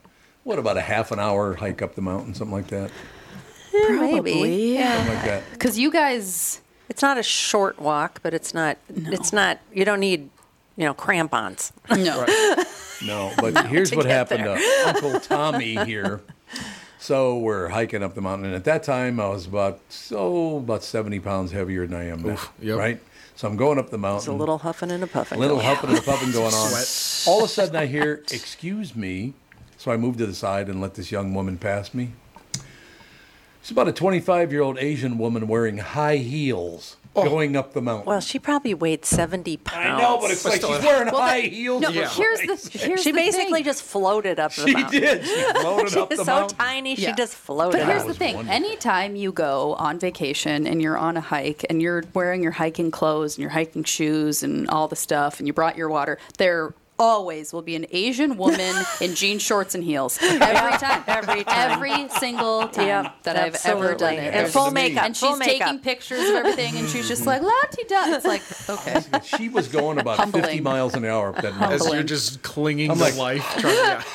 S1: what about a half an hour hike up the mountain, something like that,
S3: Maybe.
S2: Yeah.
S1: like that.
S2: Because you guys,
S3: It's not a short walk, but it's not. It's not. You don't need, you know, crampons.
S2: no.
S1: No, but here's what happened to Uncle Tommy here. So we're hiking up the mountain, and at that time I was about so about seventy pounds heavier than I am now,
S4: yep.
S1: right? So I'm going up the mountain.
S3: It's a little huffing and a puffing.
S1: little
S3: going on.
S1: huffing and puffing going on. All of a sudden, I hear, "Excuse me." So I move to the side and let this young woman pass me. It's about a 25-year-old Asian woman wearing high heels going up the mountain.
S3: Oh. Well, she probably weighed 70
S1: I
S3: pounds.
S1: know, but it's like she's wearing high heels.
S2: No,
S1: for
S2: here's
S1: Christ's
S2: the
S1: sake.
S2: here's
S3: she
S2: the
S3: basically
S2: thing.
S3: just floated up the
S1: She
S3: mountain.
S1: did. She floated
S3: She's
S1: up the
S3: so
S1: mountain.
S3: tiny, she
S2: Yeah.
S3: just floated.
S2: But here's the
S3: up.
S1: was
S2: thing:
S1: wonderful.
S2: anytime you go on vacation and you're on a hike and you're wearing your hiking clothes and your hiking shoes and all the stuff, and you brought your water, there always will be an Asian woman in jean shorts and heels every time, every
S3: time.
S2: Every single time
S3: Yep,
S2: that I've ever done
S3: absolutely.
S2: it,
S3: And
S2: There's-
S3: full makeup,
S2: and she's
S3: full makeup.
S2: taking pictures of everything, and she's just like la ti da. It's like okay,
S1: She was going about 50
S2: Humbling.
S1: miles an hour up that mountain.
S4: As you're
S2: Humbling.
S4: just clinging
S1: I'm
S4: to
S1: like-
S4: life, trying to,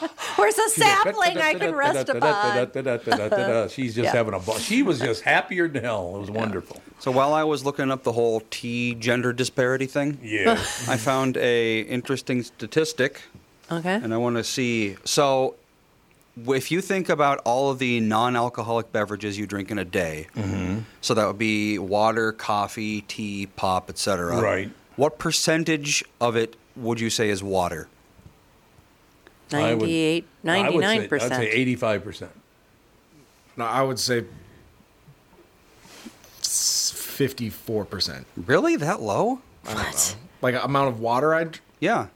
S4: yeah.
S3: Where's the sapling I can rest upon?
S1: She's just having a ball. She was just happier than hell. It was wonderful.
S5: So while I was looking up the whole T gender disparity thing,
S1: Yeah.
S5: I found a interesting statistic,
S3: Okay.
S5: and I want to see. So, w- if you think about all of the non-alcoholic beverages you drink in a day,
S1: Mm-hmm.
S5: so that would be water, coffee, tea, pop, etc.
S1: Right.
S5: What percentage of it would you say is water?
S3: 98,
S1: I would say-
S3: 99
S1: I'd say 85%.
S3: percent.
S4: No, I would say fifty-four percent.
S5: Really, that low?
S4: What? Like amount of water I. dr-
S5: Yeah.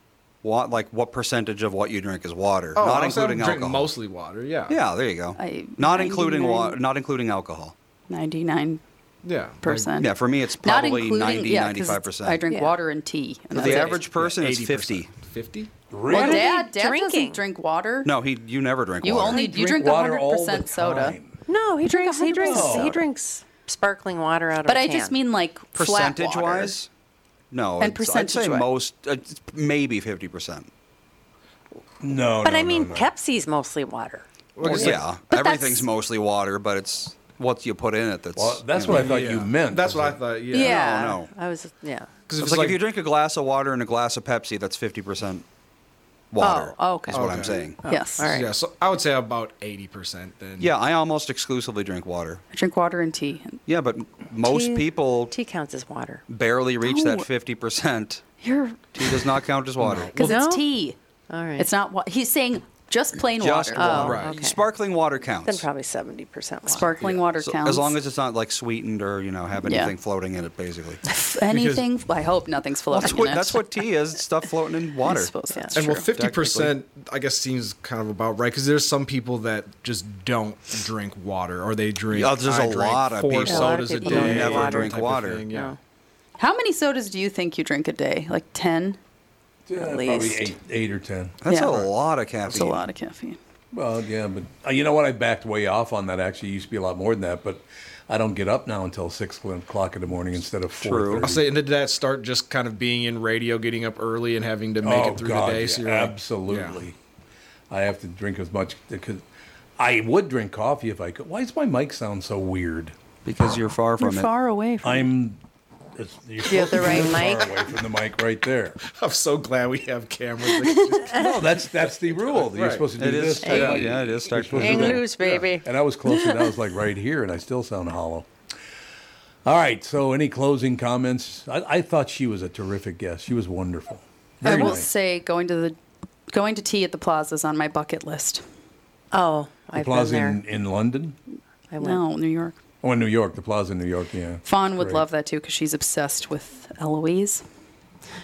S5: What like what percentage of what you drink is water?
S4: Oh,
S5: not
S4: I was
S5: including
S4: drinking
S5: alcohol.
S4: Mostly water. Yeah.
S5: Yeah, there you go.
S2: I-
S5: not including water.
S2: 99.
S5: Not including alcohol.
S2: ninety nine
S4: Yeah. like-
S2: percent.
S5: Yeah, for me it's
S2: Not
S5: probably
S2: including-
S5: 90,
S2: yeah, 'cause
S5: 95 percent.
S2: I drink
S3: Yeah.
S2: water and tea. And
S5: The
S2: that's it.
S5: average person is
S4: 80%.
S5: 50.
S4: Fifty.
S2: Well,
S1: Really?
S2: Dad, Dad
S3: drinking?
S2: doesn't drink water.
S5: No, he. You never drink
S2: You
S5: water.
S2: only you drink
S1: water
S2: 100
S1: all the
S2: percent soda.
S1: time.
S3: No, he drinks. He drinks.
S1: soda.
S3: He drinks sparkling water out of.
S2: But
S3: a
S2: I just
S3: can.
S2: mean like flat
S5: percentage
S2: water.
S5: wise. No,
S2: And
S5: it's- I'd say
S2: percentage-wise.
S5: most, uh, it's maybe 50 percent.
S1: No,
S5: Oh,
S3: But
S1: no,
S3: I
S1: no,
S3: mean,
S1: no.
S3: Pepsi's mostly water.
S5: Yeah,
S2: But
S5: everything's
S2: that's-
S5: mostly water, but it's what you put in it that's.
S1: Well, that's
S5: you know.
S1: what I thought you meant.
S4: That's
S1: was
S4: what I
S1: it-
S4: thought. Yeah.
S3: Yeah.
S5: no.
S3: I was. Yeah.
S4: 'Cause
S5: It's,
S4: if
S5: like, if you drink a glass of water and a glass of Pepsi, that's 50 percent water.
S3: Oh, okay.
S5: Is what I'm
S4: Okay.
S5: saying.
S2: Yes.
S3: All right.
S4: Yeah. So I would say about eighty percent then.
S5: Yeah, I almost exclusively drink water.
S2: I drink water and tea.
S5: Yeah, but most
S3: Tea-
S5: people
S3: Tea counts as water.
S5: barely reach
S2: No.
S5: that 50 percent.
S2: You're
S5: Tea does not count as water.
S2: because
S3: Well,
S2: it's
S3: no.
S2: tea.
S3: All right.
S2: It's not water. He's saying just plain
S5: Just
S2: water. Oh,
S5: water.
S3: Right. okay.
S5: Sparkling water counts.
S3: Then probably 70 percent water.
S2: Sparkling water
S5: So-
S2: counts.
S5: As long as it's not like sweetened or you know have
S2: Yeah.
S5: anything floating in it, basically.
S2: anything. I hope nothing's floating.
S5: That's
S2: in
S5: what,
S2: it.
S5: that's what tea is. It's stuff floating in water.
S2: I suppose that's
S4: And
S2: true.
S4: well, fifty percent, I guess, seems kind of about right because there's some people that just don't drink water, or they drink.
S5: Yeah, there's
S4: I
S5: a
S4: drink
S5: lot of
S4: four
S5: people.
S3: Yeah, a lot of
S4: sodas a
S3: people don't
S4: day.
S3: drink
S4: or
S3: water.
S4: different type of
S5: Water.
S4: thing,
S3: No.
S4: Yeah.
S2: How many sodas do you think you drink a day? Like ten?
S1: Yeah, probably
S2: least.
S1: eight, eight or 10.
S5: That's
S2: Yeah.
S5: a lot of caffeine.
S2: That's a lot of caffeine.
S1: Well, yeah, but uh, you know what? I backed way off on that. Actually, it used to be a lot more than that, but I don't get up now until six o'clock in the morning instead of four.
S5: True.
S4: I'll say, and did that start just kind of being in radio, getting up early, and having to make
S1: oh,
S4: it through
S1: God,
S4: the day?
S1: yeah,
S4: you're like-
S1: absolutely.
S4: Yeah.
S1: I have to drink as much because I would drink coffee if I could. Why does my mic sound so weird?
S5: because you're far from
S2: You're
S5: it.
S2: far away from.
S1: I'm. It's, you're
S3: have the right
S1: far
S3: mic?
S1: away from the mic right there.
S4: I'm so glad we have cameras. that can just-
S1: No, that's that's the rule. You're
S4: Right.
S1: supposed to do
S5: It is.
S1: this.
S5: Yeah, yeah, it is.
S1: You're
S5: Start
S1: supposed
S5: with
S1: to do
S3: Hang
S1: that.
S3: loose, baby.
S1: And I was close, and I was like right here, and I still sound hollow. All right. So, any closing comments? I, I thought she was a terrific guest. She was wonderful.
S2: I
S1: Very
S2: will
S1: nice.
S2: say going to the going to tea at the plaza is on my bucket list.
S3: Oh,
S1: The
S3: I've been
S1: plaza
S3: there.
S1: in, in London.
S3: I went.
S2: No, New York.
S1: Oh, in New York, the plaza in New York. Yeah.
S2: Fawn would
S1: Great.
S2: love that too because she's obsessed with Eloise.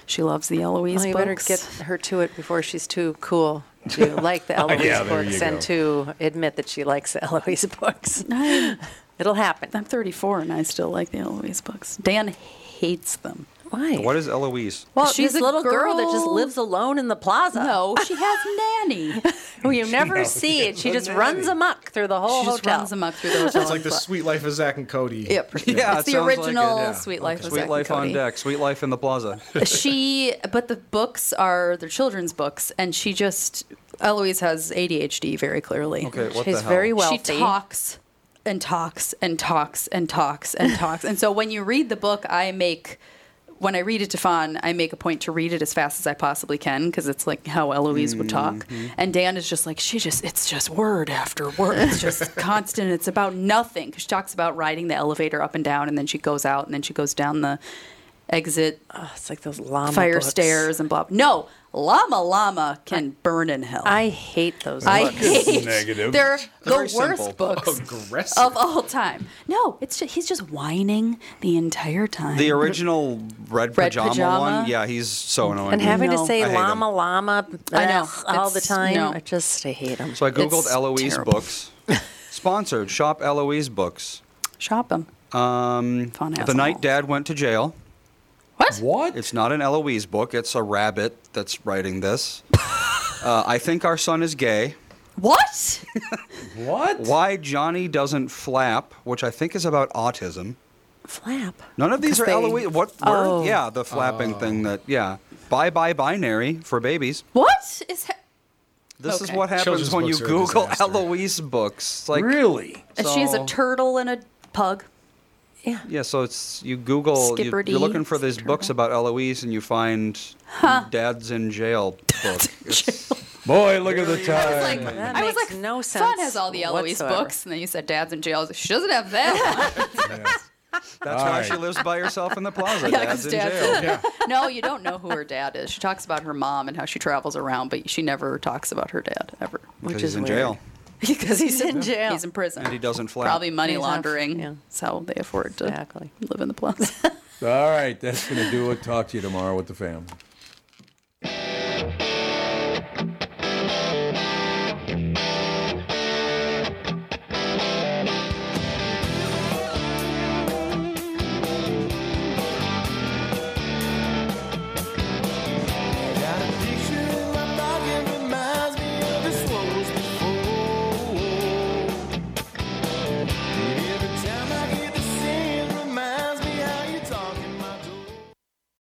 S2: She loves the Eloise
S3: Well, you better
S2: books.
S3: get her to it before she's too cool to like the Eloise
S1: Yeah, there you
S3: books and to admit that she likes the Eloise books.
S2: I'm,
S3: It'll happen.
S2: I'm 34 and I still like the Eloise books. Dan hates them.
S3: Why?
S5: What is Eloise?
S3: well,
S2: She's
S3: she's a
S2: a
S3: little girl. that just
S2: girl.
S3: lives alone in the plaza.
S2: No, she has nanny.
S3: who you never see it. She
S1: a
S3: just
S1: nanny.
S3: runs amok through the whole
S2: she just
S3: hotel.
S2: runs amok through the hotel.
S4: It's like the sweet life of Zach and Cody.
S2: Yep.
S5: Yeah,
S2: it's
S5: it
S2: the
S5: sounds like it.
S2: original
S5: Yeah.
S2: Sweet Life of
S5: Sweet
S2: Zack
S5: life
S2: and
S5: on
S2: Cody.
S5: deck. Sweet life in the plaza.
S2: she but the books are they're children's books and she just Eloise has ADHD very clearly.
S5: Okay, what
S3: She's
S5: the hell?
S3: very wealthy.
S2: She talks and talks and talks and talks and talks. and so when you read the book, I make when I read it to Fawn, I make a point to read it as fast as I possibly can because it's like how Eloise would talk.
S5: Mm-hmm.
S2: And Dan is just like she just it's just word after word. It's just constant. It's about nothing. 'Cause she talks about riding the elevator up and down, and then she goes out, and then she goes down the exit
S3: Oh, it's like those llama
S2: fire
S3: books.
S2: stairs and blah. No, llama llama can burn in hell.
S3: I hate those.
S2: I
S3: books.
S2: hate.
S1: Negative.
S2: They're the
S5: very
S2: worst
S5: simple.
S2: books
S4: Aggressive.
S2: of all time. No, it's just, he's just whining the entire time.
S5: The original red,
S2: Red
S5: pajama,
S2: pajama.
S5: one. Yeah, he's so annoying.
S3: And having
S2: No.
S3: to say
S5: I hate 'em.
S3: llama llama
S2: I know.
S3: ugh, all the
S2: It's-
S3: time.
S2: no.
S3: I just I hate them.
S5: so I googled
S2: It's
S5: Eloise
S2: terrible.
S5: books. Sponsored shop Eloise books.
S2: Shop him.
S5: Um,
S2: Funhouse
S5: the night
S2: Mall.
S5: dad went to jail.
S1: What?
S5: It's not an Eloise book. It's a rabbit that's writing this. uh, I think our son is gay.
S2: What?
S1: what?
S5: Why Johnny doesn't flap, which I think is about autism.
S3: Flap.
S5: None of these are
S3: Because they-
S5: Eloise. What
S3: Oh.
S5: word? Yeah, the flapping thing
S4: Oh.
S5: that, yeah. Bye bye binary for babies.
S2: What is? Ha-
S5: This is
S2: Okay.
S5: what happens
S4: Children's
S5: when you
S4: books are a
S5: Google
S4: disaster.
S5: Eloise books. Like,
S1: Really?
S2: and She's a
S5: So-
S2: turtle and a pug.
S5: Yeah, so it's you Google, you,
S2: Skipper
S5: you're looking
S2: D.
S5: for these books about Eloise, and you find Dad's in Jail book. It's-
S1: Boy, look at the
S2: I
S1: time.
S2: was like,
S3: That
S2: I was
S3: makes
S2: like,
S3: no
S2: Fun
S3: sense
S2: has all the Eloise
S3: whatsoever.
S2: books, and then you said Dad's in jail. I was like, She doesn't have that. one."
S5: That's
S1: All
S5: why
S1: right.
S5: she lives by herself in the plaza.
S2: Yeah,
S5: Dad's
S2: 'cause
S5: in
S2: Dad's
S5: jail.
S2: in- no, you don't know who her dad is. She talks about her mom and how she travels around, but she never talks about her dad ever.
S5: Because
S3: Which
S5: he's
S3: is
S5: in
S3: weird.
S5: jail.
S2: because he's, in
S3: jail.
S2: He's in prison.
S5: And he doesn't flap.
S2: Probably money
S3: He's off,
S2: laundering.
S3: yeah.
S2: That's how they afford to
S3: Exactly.
S2: live in the plaza.
S1: All right, that's going to do it. Talk to you tomorrow with the family.